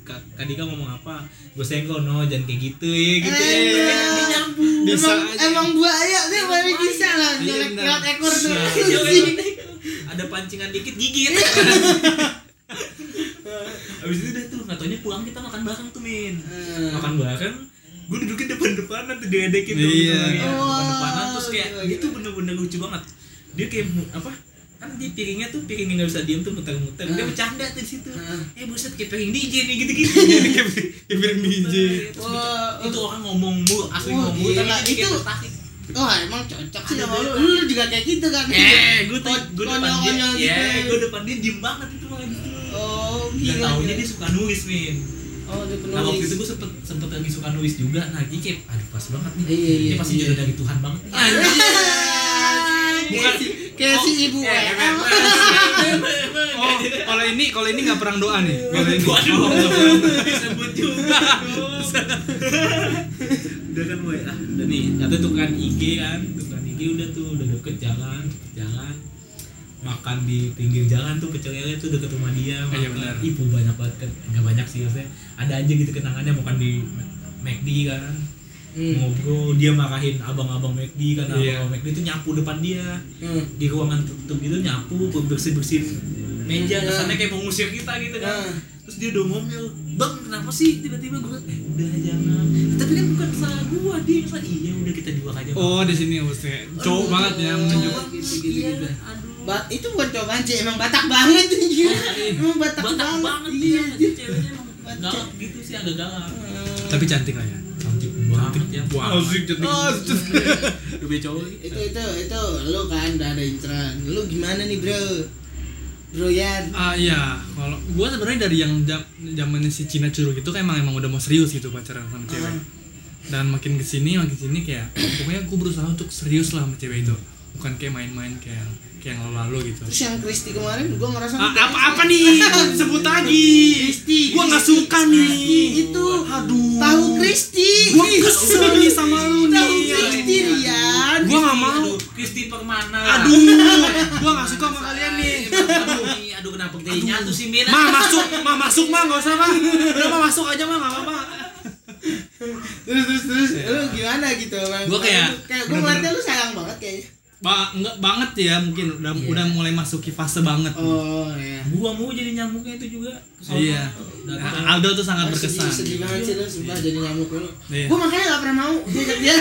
Kak Kak Dika ngomong apa? Gue senggol no, jangan kayak gitu ya gitu ya. Eh, Dia nyambung. Bisa emang aja. emang buaya dia baru buaya. bisa lah Iya, nyelek benar. lewat ekor tuh Nah, dia kayak gitu. ada pancingan dikit (laughs) gigit abis itu udah tuh nggak taunya pulang kita makan bareng tuh min Hmm. makan bareng gue duduknya depan depanan tuh diadekin tuh Iya. depan depanan terus kayak Wah, gitu. gila, dia tuh gila. bener-bener lucu banget dia kayak mu- apa kan dia piringnya tuh piring yang nggak bisa diem tuh muter-muter dia Ah. bercanda tuh di situ Ah. eh buset kayak piring DJ nih (laughs) gitu-gitu Kayak piring DJ Terus Nah. Wah. bica- itu orang ngomong mulu "Ah, asli Wah, ngomong mulu gila. tapi dia kayak Itu- tertarik oh emang cocok sih Ada sama dia. lu lu juga kayak gitu kan Eh, gue tuh gue depan dia, konyol-konyol ya, gitu gue depan dia diem banget itu malah gitu. oh Gak gila taunya gila. dia suka nulis min. oh dia penulis Nah waktu itu gue sempet sempet lagi suka nulis juga. Nah dia kayak aduh pas banget nih. Iya, iya, Ini pasti iya. jodoh dari Tuhan banget nih. (laughs) Kayak si- kayak si ibu eh, ya. WL. oh kalau ini kalau ini nggak perang doa nih kalau ini Waduh, (laughs) Oh, nggak perang. disebut juga. (laughs) udah kan boy, ah, udah nih. Kata tukang IG kan, tukang IG udah tuh udah deket jalan, jalan makan di pinggir jalan tuh pecel lele tuh deket rumah dia Iya, makan. benar. Ih, bu, banyak banget kan nggak banyak sih maksudnya ada aja gitu kenangannya makan di Ma- McD kan ngobrol dia marahin abang-abang McD karena Hmm. Iya. abang-abang McD itu nyapu depan dia Hmm. Hmm. di ruangan tertutup gitu nyapu bersih bersihin Iya. meja Hmm. kesannya kayak pengusir kita gitu kan Hmm. terus dia udah ngomel bang kenapa sih tiba-tiba gue eh udah jangan tapi kan bukan salah gua dia yang salah iya udah kita dua aja Bang." oh di sini maksudnya cowok banget ya menunjuk Cowok gitu, gitu, Iya, gitu. aduh Ba- itu bukan cowok sih emang batak banget iya. emang batak, batak banget, banget iya dia anjir. ceweknya emang Batak. galak gitu sih agak galak tapi cantik lah ya cantik banget ya Wah, Oh, Ah, cantik. lebih cowok itu itu itu lu kan udah ada inceran lu gimana nih bro bro ya. Yan Ah iya, kalau gua sebenarnya dari yang jam, zamannya si Cina Curug itu kayak emang emang udah mau serius gitu pacaran sama cewek. Ah. Dan makin kesini makin kesini kayak pokoknya gua berusaha untuk serius lah sama cewek itu. Bukan kayak main-main kayak kayak yang lalu-lalu gitu. terus yang Kristi kemarin gua ngerasa Ah, apa-apa nih? Sebut lagi. Kristi Gua nggak Kristi. suka nih. itu Aduh. (laughs) tahu Kristi Gua kesel nih sama lu tahu nih. Kristi Rian Gua nggak mau. Kristi Permana Aduh, gua nggak suka sama kalian Iya, nih. aduh Mi. aduh kenapa kita jadi nyatu sih Min Ma masuk, ma masuk ma nggak usah ma. Udah ma masuk aja ma nggak apa-apa. terus terus terus lu gimana gitu Bang? Gua kayak kayak bener-bener- gua ngeliatnya lu sayang banget kayaknya Ba enggak banget ya mungkin udah udah mulai masuki fase banget. oh ya gua mau jadi nyamuknya itu juga ke sono. Iya. Datang. Nah, Aldo tuh sangat berkesan. sedih, sedih banget sih lu sumpah jadi nyamuk lu Iya. gua makanya gak pernah mau (laughs) diajak dia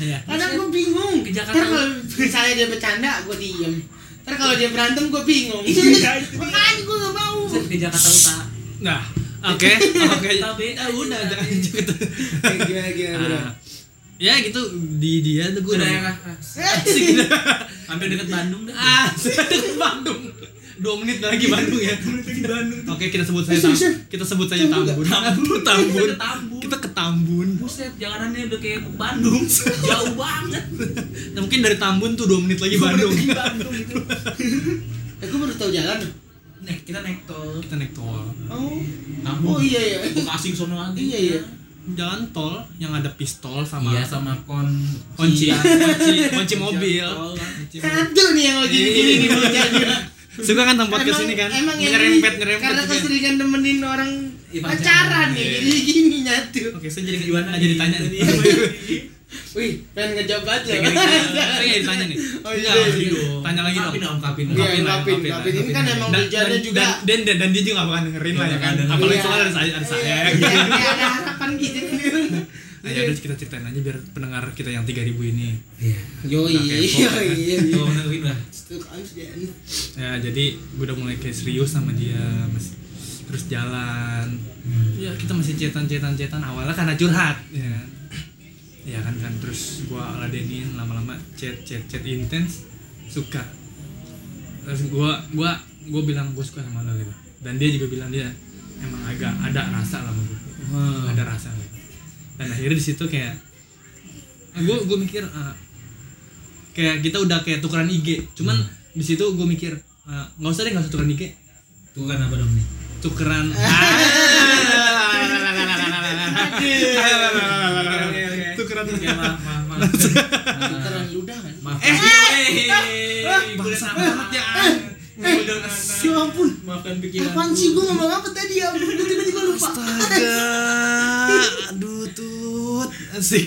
Iya. kadang gue bingung Ke ntar Jakarta. kalau misalnya dia bercanda gue diem ntar kalau dia berantem gue bingung Iya. (laughs) makanya gue gak (laughs) mau Set ke Jakarta Utara. Nah, oke. Oke. Tapi eh udah Jangan gitu. Eh, gimana gimana bro Ah, Ya gitu di dia tuh gue udah udah Ah, ya. asik gitu. Hampir deket Bandung dah. Ah, saya ke Bandung. Dua menit lagi Bandung ya. Di Bandung. Oke, kita sebut saja Eh, serius, Tam- serius. kita sebut saja Tambun Tambun. Tambun, Tambun. Kita ke Tambun. Kita ke Tambun. Buset, jalanannya udah kayak mau ke Bandung. Jauh banget. Nah, mungkin dari Tambun tuh dua menit lagi Bandung. Di Bandung gitu. eh gue baru tau jalan Nek, kita naik tol. Kita naik tol. oh oh Tambun. iya iya Bekasi ke sono lagi. Iya, iya. Jalan tol yang ada pistol sama Iya sama kon kunci ya, kunci (laughs) kunci mobil Tol kan. satu nih yang lagi gini nih bocahnya suka kan Iya. (laughs) tempat ke sini kan emang yang ini nyerempet nyerempet karena gitu. keseringan nemenin orang Iya, pacaran ya iya. jadi gini nyatu oke saya jadi Gimana gimana jadi tanya tadi? nih wih pengen ngejawab aja saya jadi tanya nih (laughs) Oh, iya, Enggak, iya. dong. tanya lagi dong Ungkapin dong, ungkapin. Iya, Ungkapin lah, ungkapin, ungkapin lah, ungkapin. Ini kan ungkapin. emang Dan- tujuannya dan- juga. dan dan dan dia juga gak bakal dengerin lah ya kan Iya. apalagi Iya. soalnya ada saya ada saya Iya, gitu. kayak- kayak ada harapan gitu Nah, ya udah kita ceritain aja biar pendengar kita yang 3000 ini. Iya. Yoi, Oke, yoi, yoi. Oh, Tuh dengerin lah. Stuck out dan- Ya, jadi gue udah mulai kayak serius sama dia, masih terus jalan. Ya, kita masih cetan-cetan-cetan awalnya karena curhat, ya kan. Ya kan kan terus gua ladenin lama-lama chat chat chat intens suka. Terus gua gua gua bilang gua suka sama lo gitu. Dan dia juga bilang dia emang agak ada rasa lah sama gue. Hmm. ada rasa dan akhirnya di situ kayak gue gue mikir ah, kayak kita udah kayak tukeran IG cuman di situ gue mikir ah, nggak usah deh nggak usah tukeran IG Tuh kan apa dong nih? tukeran tukeran Oke, maaf, maaf, maaf. Tukeran ludah kan? Maaf. Eh, Eh, bangsa banget ya An. Eh, Udah, Nana. ya ampun. Maafkan pikiran. Apaan sih gue ngomong apa tadi ya? Gue tiba-tiba lupa. Astaga, aduh tut, asik.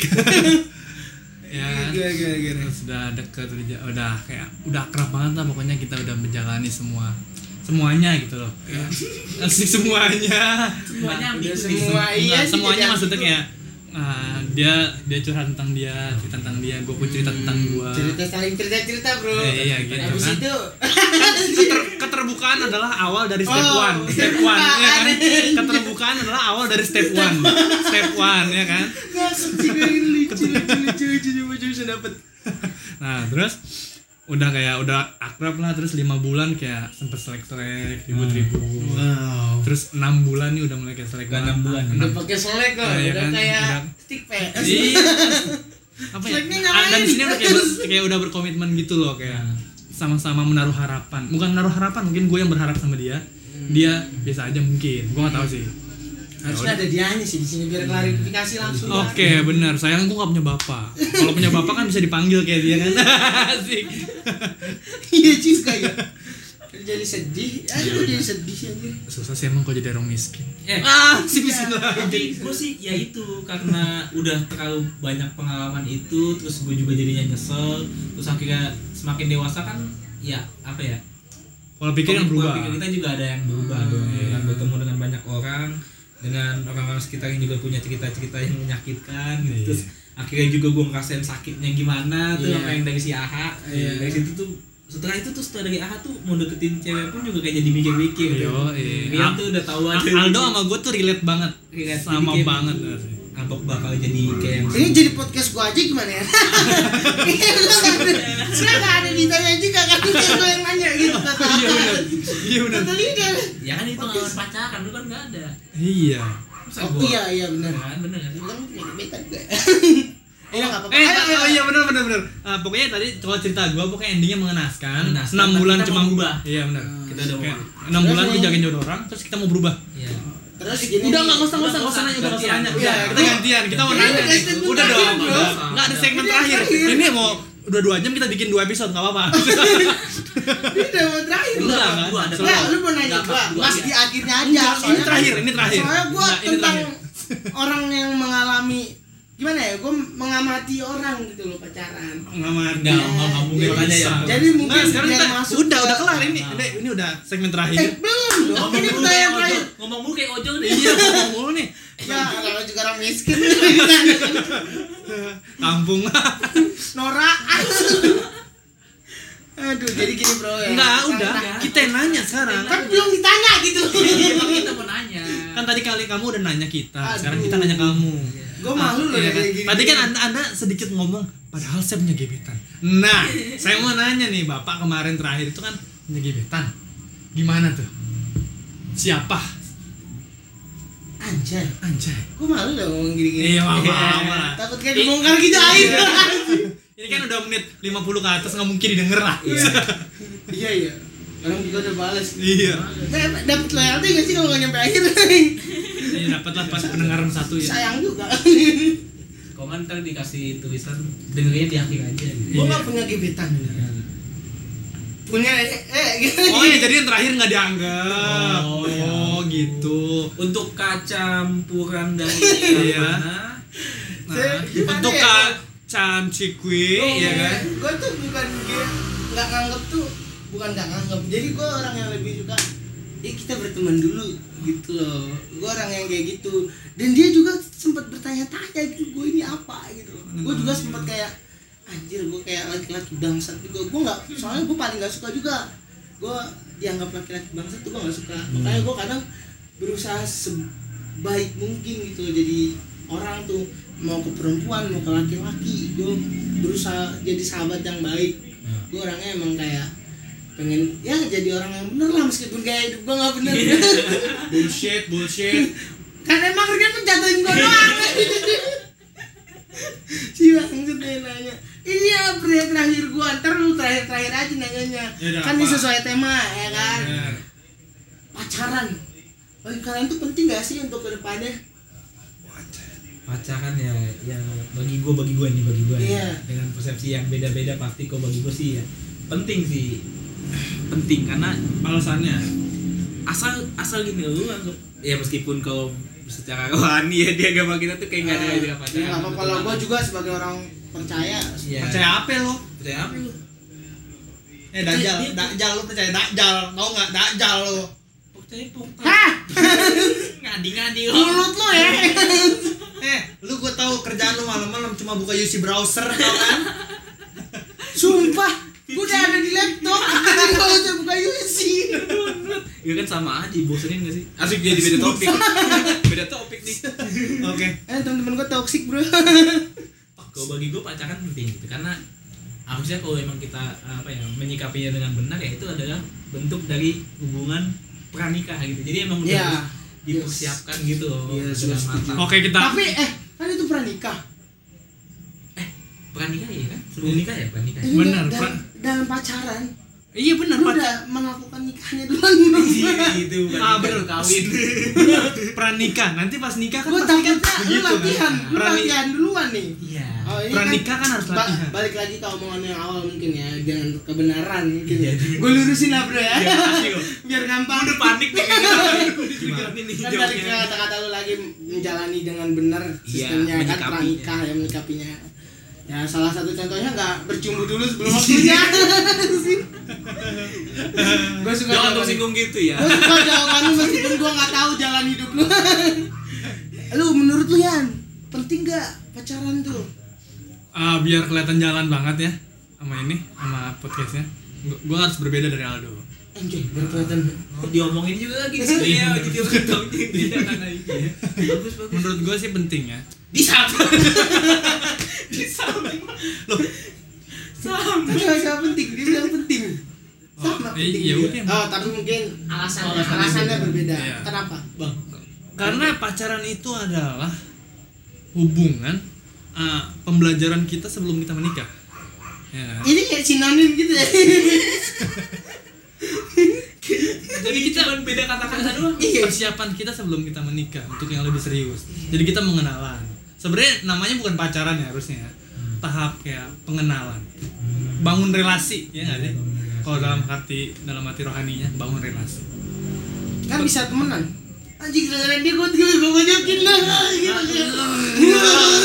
ya, Gila, gila, gila. sudah deket udah ja- udah kayak udah akrab banget lah pokoknya kita udah menjalani semua semuanya gitu loh kayak (laughs) asik semuanya Semuanya ambigu. Ya. Udah nih. semua Enggak, iya sih, gitu. semuanya jadi maksudnya ambigu. kayak ah, dia dia curhat tentang dia cerita tentang dia gue pun cerita tentang gue Hmm. Cerita saling cerita-cerita, Bro. Iya, iya, gitu Abis kan. itu keterbukaan adalah awal dari step Oh, one step one ya (laughs) kan keterbukaan. keterbukaan adalah awal dari step one step one ya kan Ngasih (laughs) juga ini lucu lucu lucu lucu cuma cuma dapet (laughs) nah terus udah kayak udah akrab lah terus lima bulan kayak sempet selek selek ribut ribut Wow terus enam bulan nih udah mulai kayak selek Udah enam bulan. Udah pakai selek kok, Iya, Oh, udah kan? kayak Udah. stick pek Iya. apa ya? Seleknya Ah, nyalain. Dan di sini udah kayak, ber- kayak udah berkomitmen gitu loh kayak sama-sama menaruh harapan. Bukan menaruh harapan, mungkin gue yang berharap sama dia. Dia biasa aja mungkin. Gue nggak tahu sih. Harusnya ada dianya sih di sini biar klarifikasi langsung Oke, benar. Sayang gue gak punya bapak. Kalau punya bapak kan bisa dipanggil kayak dia kan. (laughs) Asik. Iya cheese kayak Jadi sedih, aduh Iya. jadi sedih anjir Susah sih emang kok jadi orang miskin. Eh, Ah, sih bismillah. tapi gue sih ya itu karena udah terlalu banyak pengalaman itu terus gue juga jadinya nyesel terus akhirnya semakin dewasa kan ya apa ya Pola pikir yang pola berubah. Hmm. pikir kita juga ada yang berubah dong ya kan? bertemu dengan banyak orang dengan orang-orang sekitar yang juga punya cerita-cerita yang menyakitkan gitu. Iya. terus akhirnya juga gue ngerasain sakitnya gimana tuh Iya. sama yang dari si Aha Iya. dari situ tuh setelah itu tuh setelah dari Aha tuh mau deketin cewek pun juga kayak jadi mikir-mikir gitu. Yo, eh. Rian tuh udah tahu Ah, aja Aldo sama gue tuh relate banget. Relate. Sama Jadi kayak- banget. bener sih. abok bakal jadi kayak yang Ini jadi podcast gua aja gimana ya? Saya nggak ada ditanya juga kan Kayak gua yang nanya gitu kata Iya benar. Iya benar. Kata Lida ya kan itu pengalaman pacaran lu kan nggak ada Iya. Masa Oh gua- iya iya benar kan bener nggak sih? Kan punya gebetan gue Eh, Oh nggak apa-apa eh, Ayo, ayo, iya ayo. benar benar benar. Ah, pokoknya tadi kalau cerita gua pokoknya endingnya mengenaskan. Mengenaskan, Enam tapi bulan kita cuma mau berubah. Iya benar. Kita udah mau Kayak berubah. enam Terus bulan yang- dijagain jodoh orang, terus kita mau berubah. Iya. Terus gini Udah nih. nggak usah nggak usah nggak usah nanya udah nggak usah nanya. Udah, kita gantian. Kita mau Ini nanya. udah nih. segmen Udah terakhir, dong. bro. Enggak ada segmen Ini terakhir. terakhir. Ini mau udah dua jam kita bikin dua episode nggak apa-apa. Ini udah mau terakhir Enggak, loh. enggak, gua ada Enggak, lu mau nanya Enggak, gua, gua mas aja. di akhirnya aja. Enggak, ini Iya, soalnya- kan terakhir, ini terakhir. Soalnya gua Enggak, ini tentang Nah, terakhir. (laughs) orang yang mengalami gimana ya, gua mengamati orang gitu loh pacaran. Nggak nggak nggak nggak mungkin Nggak Iya, tanya bisa. ya Iya, Jadi mungkin Nah, sekarang biar kita masuk udah ke- Ah. udah kelar ini. Udah, Ini udah segmen Eh, terakhir. belum Oh, dong. Ngomong Ini mulu pertanyaan kayak terakhir. ojol. ngomong mulu kayak ojol deh Iya, ngomong mulu nih. Ya, kalau juga orang miskin gimana? (laughs) Kampung. Nora. (laughs) Aduh, jadi gini bro ya. Enggak, Sekarang udah. kita- Kita yang nanya sekarang. Kan belum ditanya gitu. Emang kita mau nanya kan tadi kali kamu udah nanya kita sekarang Aduh. kita nanya kamu Gua malu loh Iya ya kan? kayak gini. tadi kan anda, anda sedikit ngomong padahal saya punya gebetan nah (laughs) saya mau nanya nih bapak kemarin terakhir itu kan punya gebetan gimana tuh siapa Anjay. anjay Gua malu loh ngomong gini-gini. Iya, maaf, maaf. Takut kayak dibongkar gitu aib. ini kan udah menit 50 ke atas nggak mungkin didengar lah (laughs) Iya, iya. Orang juga udah balas. (laughs) iya Dap- Dapat loyalty gak sih kalau gak nyampe (laughs) akhir? ini Iya, dapatlah pas pendengaran satu ya Sayang juga. kau kan ntar dikasih tulisan dengerin di akhir aja gitu. Gua Iya. gak punya gebetan. Punya eh gitu. oh ya jadi yang terakhir nggak dianggap Oh, oh, iya. gitu untuk kacampuran (laughs) dan Iya. mana nah, Saya- gimana untuk ya? Oh, iya. kak Chan Cikwi ya kan Gue tuh bukan gue nggak nganggep tuh bukan nggak nganggep. Jadi gue orang yang lebih suka ya kita berteman dulu gitu loh. Gue orang yang kayak gitu. Dan dia juga sempat bertanya-tanya gitu gue ini apa gitu. Gue juga sempat kayak anjir gue kayak laki-laki bangsat juga. Gue nggak soalnya gue paling nggak suka juga. Gue dianggap laki-laki bangsat tuh gue nggak suka. Makanya gue kadang berusaha sebaik mungkin gitu jadi orang tuh mau ke perempuan mau ke laki-laki gue berusaha jadi sahabat yang baik gue orangnya emang kayak pengen ya jadi orang yang (laughs) bener lah meskipun kayak hidup gue nggak bener bullshit bullshit kan emang Rian kan jatuhin gua doang si bangsat dia nanya ini apa ya terakhir gua ntar lu terakhir terakhir aja nanyanya Yaudah, kan ini apa? sesuai tema ya kan Bener. pacaran bagi kalian tuh penting gak sih untuk kedepannya pacaran ya yang bagi gue bagi gue nih bagi gue Iya. dengan persepsi yang beda-beda pasti kok bagi gue sih ya penting sih penting karena alasannya asal asal gini lu anggap ya meskipun kalau secara rohani ya dia agama kita tuh kayak nggak ada Eh, agama pacaran nggak apa-apa kalau gua juga sebagai orang percaya Iya. percaya apa lo percaya apa lu eh dajal dajal lo percaya dajal tau nggak dajal lo percaya pokoknya (laughs) hah ngadi-ngadi lu mulut lu ya eh lu gue tahu kerjaan lu malam-malam cuma buka UC browser tau kan (laughs) sumpah gua udah ada di laptop (laughs) tapi gua udah buka UC ya kan sama aja bosenin gak sih Asik jadi beda topik. beda topik nih. oke eh temen-temen gua toxic bro kalau bagi gue pacaran penting gitu karena harusnya kalau emang kita apa ya menyikapinya dengan benar ya itu adalah bentuk dari hubungan pranikah gitu jadi emang udah Iya. harus dipersiapkan gitu loh Iya, dengan sudah setuju. matang oke kita tapi eh kan itu pranikah pranikah ya kan sebelum nikah ya pranikah ya? Iya, Benar, dalam- Pra- dalam pacaran iya bener lu Pak. Iya, udah melakukan nikahnya duluan gitu Ah, ah, bener. (laughs) kawin pranikah nanti pas nikah kan gue pasti kan takutnya lu begitu kan. latihan lu Prani- latihan duluan nih iya Oh, ini pranikah kan harus ba- latihan balik lagi ke omongan yang awal mungkin ya jangan kebenaran mungkin ya Iya, iya. gue lurusin lah bro ya Iya, makasih, Bro. (laughs) biar gampang udah panik nih Gimana? kayaknya ini kan balik ke kata-kata lu lagi menjalani dengan benar Iya, sistemnya kan menyikapinya. pranikah yang menyikapinya ya salah satu contohnya nggak bercumbu dulu (laughs) sebelum waktunya gue suka jangan jawaban- tersinggung gitu ya Gue suka jawaban lu meskipun gue gak tahu jalan hidup lu (laughs) Lu menurut lu Yan, penting gak pacaran tuh? Ah, biar kelihatan jalan banget ya sama ini sama podcastnya Gu- gua harus berbeda dari Aldo Nah, Anjay, baru kelihatan diomongin juga lagi Iya, sebenarnya gitu (laughs) dia iya. bagus bagus menurut gua sih penting ya di satu di satu loh sama Tapi gak gak penting, dia bilang penting Sama Oh, eh, ya penting dia. udah. Oh, tapi mungkin alasannya, alasannya berbeda Iya. Kenapa? bang karena pacaran itu adalah hubungan ah, pembelajaran kita sebelum kita menikah ya kan? Ini kayak sinonim gitu ya jadi kita kan beda kata-kata doang Iya persiapan kita sebelum kita menikah untuk yang lebih serius Hmm. jadi kita mengenalan sebenarnya namanya bukan pacaran ya harusnya Hmm. tahap kayak pengenalan bangun relasi ya nggak sih Iya, bangun relasi. kalau dalam hati dalam hati rohaninya bangun relasi (laughs) Kan bisa temenan Anjing gara-gara dia gue gue gue banyakin lah (laughs) gitu kan.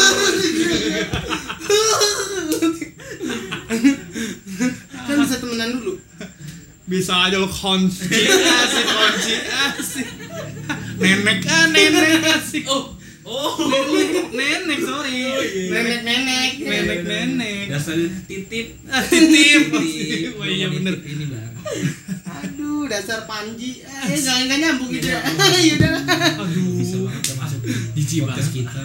Kan bisa temenan dulu bisa aja lo (laughs) kunci asik kunci asik (laughs) nenek ah nenek asik (laughs) oh oh iya, nenek sorry Nenek-nenek nenek nenek (laughs) dasarnya (laughs) titip Ah, Iya, titip Titip. oh iya bener Titip ini bang Aduh, dasar Panji. Eh, jangan nggak nyambung gitu ya. (laughs) Ya udah. aduh bisa banget masuk Jijik podcast banget. kita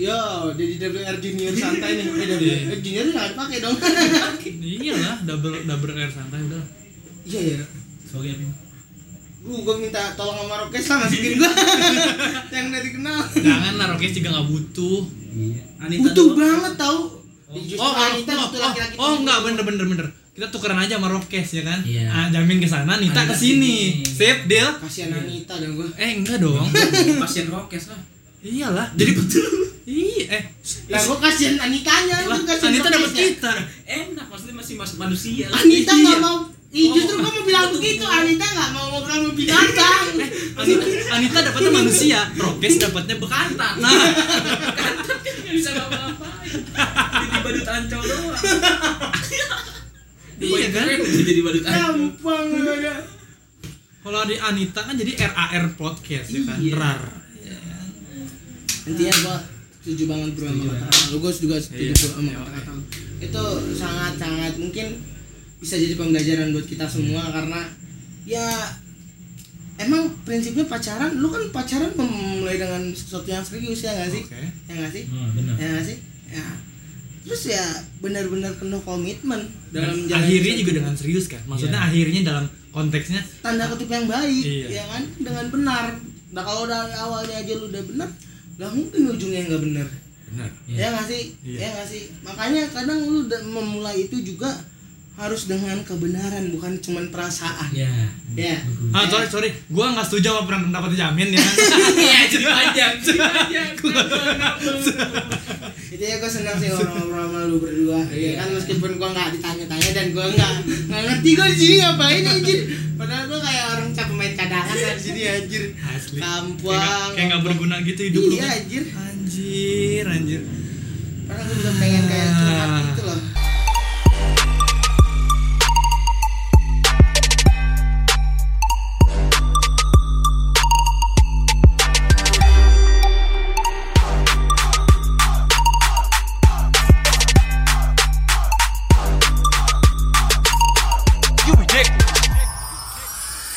Yo, jadi WR Junior santai nih. Eh, Iya. WR Junior nggak pakai dong. iyalah double double air santai udah Iya ya. sorry Amin. Lu Uh, gua minta tolong sama Rokes lah masukin gua. Yang udah dikenal. jangan lah Rokes juga nggak butuh iya Anita Butuh doang. banget tau. Justru oh, oh, Anita oh, butuh oh, laki-laki. oh, enggak bener bener bener kita tukeran aja sama Rokes ya kan Iya. ah, jamin ke sana Nita Anita ke sini sini. sip deal Kasihan Anita dan gua. eh enggak dong pasien rokes lah iyalah (laughs) jadi betul iya eh Lah gua kasihan Anitanya, lah, lu kasihan Anita Rokesnya. dapat kita enak maksudnya masih masuk manusia Anita nggak Iya. mau Ih, justru gua mau bilang begitu, Anita nggak mau ngobrol sama binatang (laughs) Anita, Anita dapatnya manusia Rokes dapatnya bekantan Kantan. Nah. Kantan kan nggak bisa ngapa-ngapain. Jadi badut ancol doang. Iya kan? Keren sih jadi badut ancol. Gampang lu ada. kalau di Anita kan jadi RAR podcast ya kan Iya. rar intinya gua setuju banget bro sama Setuju, kata-kata lu gua juga setuju Iya. bro sama Iya, kata-kata lu. itu sangat-sangat mungkin bisa jadi pembelajaran buat kita semua Iya. karena ya emang prinsipnya pacaran lu kan pacaran memulai dengan sesuatu yang serius ya nggak sih Oke. ya nggak sih Hmm, benar. ya nggak sih ya terus ya benar-benar penuh komitmen dalam Dan menjalani akhirnya sesuatu. juga dengan serius kan maksudnya Iya. akhirnya dalam konteksnya tanda kutip yang baik Iya. ya kan dengan benar nah kalau dari awalnya aja lu udah benar lah mungkin ujungnya nggak bener benar ya nggak sih Iya. ya nggak sih makanya kadang lu da- memulai itu juga harus dengan kebenaran bukan cuman perasaan ya ya ah Ya. sorry sorry gua nggak setuju sama perang pendapat jamin ya ya jadi panjang jadi panjang itu ya gue senang sih ngobrol-ngobrol sama lu berdua Iya. ya kan meskipun gue nggak ditanya-tanya dan gue nggak nggak ngerti gue di sini ngapain anjir padahal gue kayak orang cap main cadangan kan di sini anjir asli Kampung, kayak nggak- kayak nggak kampung. berguna gitu hidup lu iya anjir anjir anjir Ah. padahal gue juga pengen kayak curhat gitu loh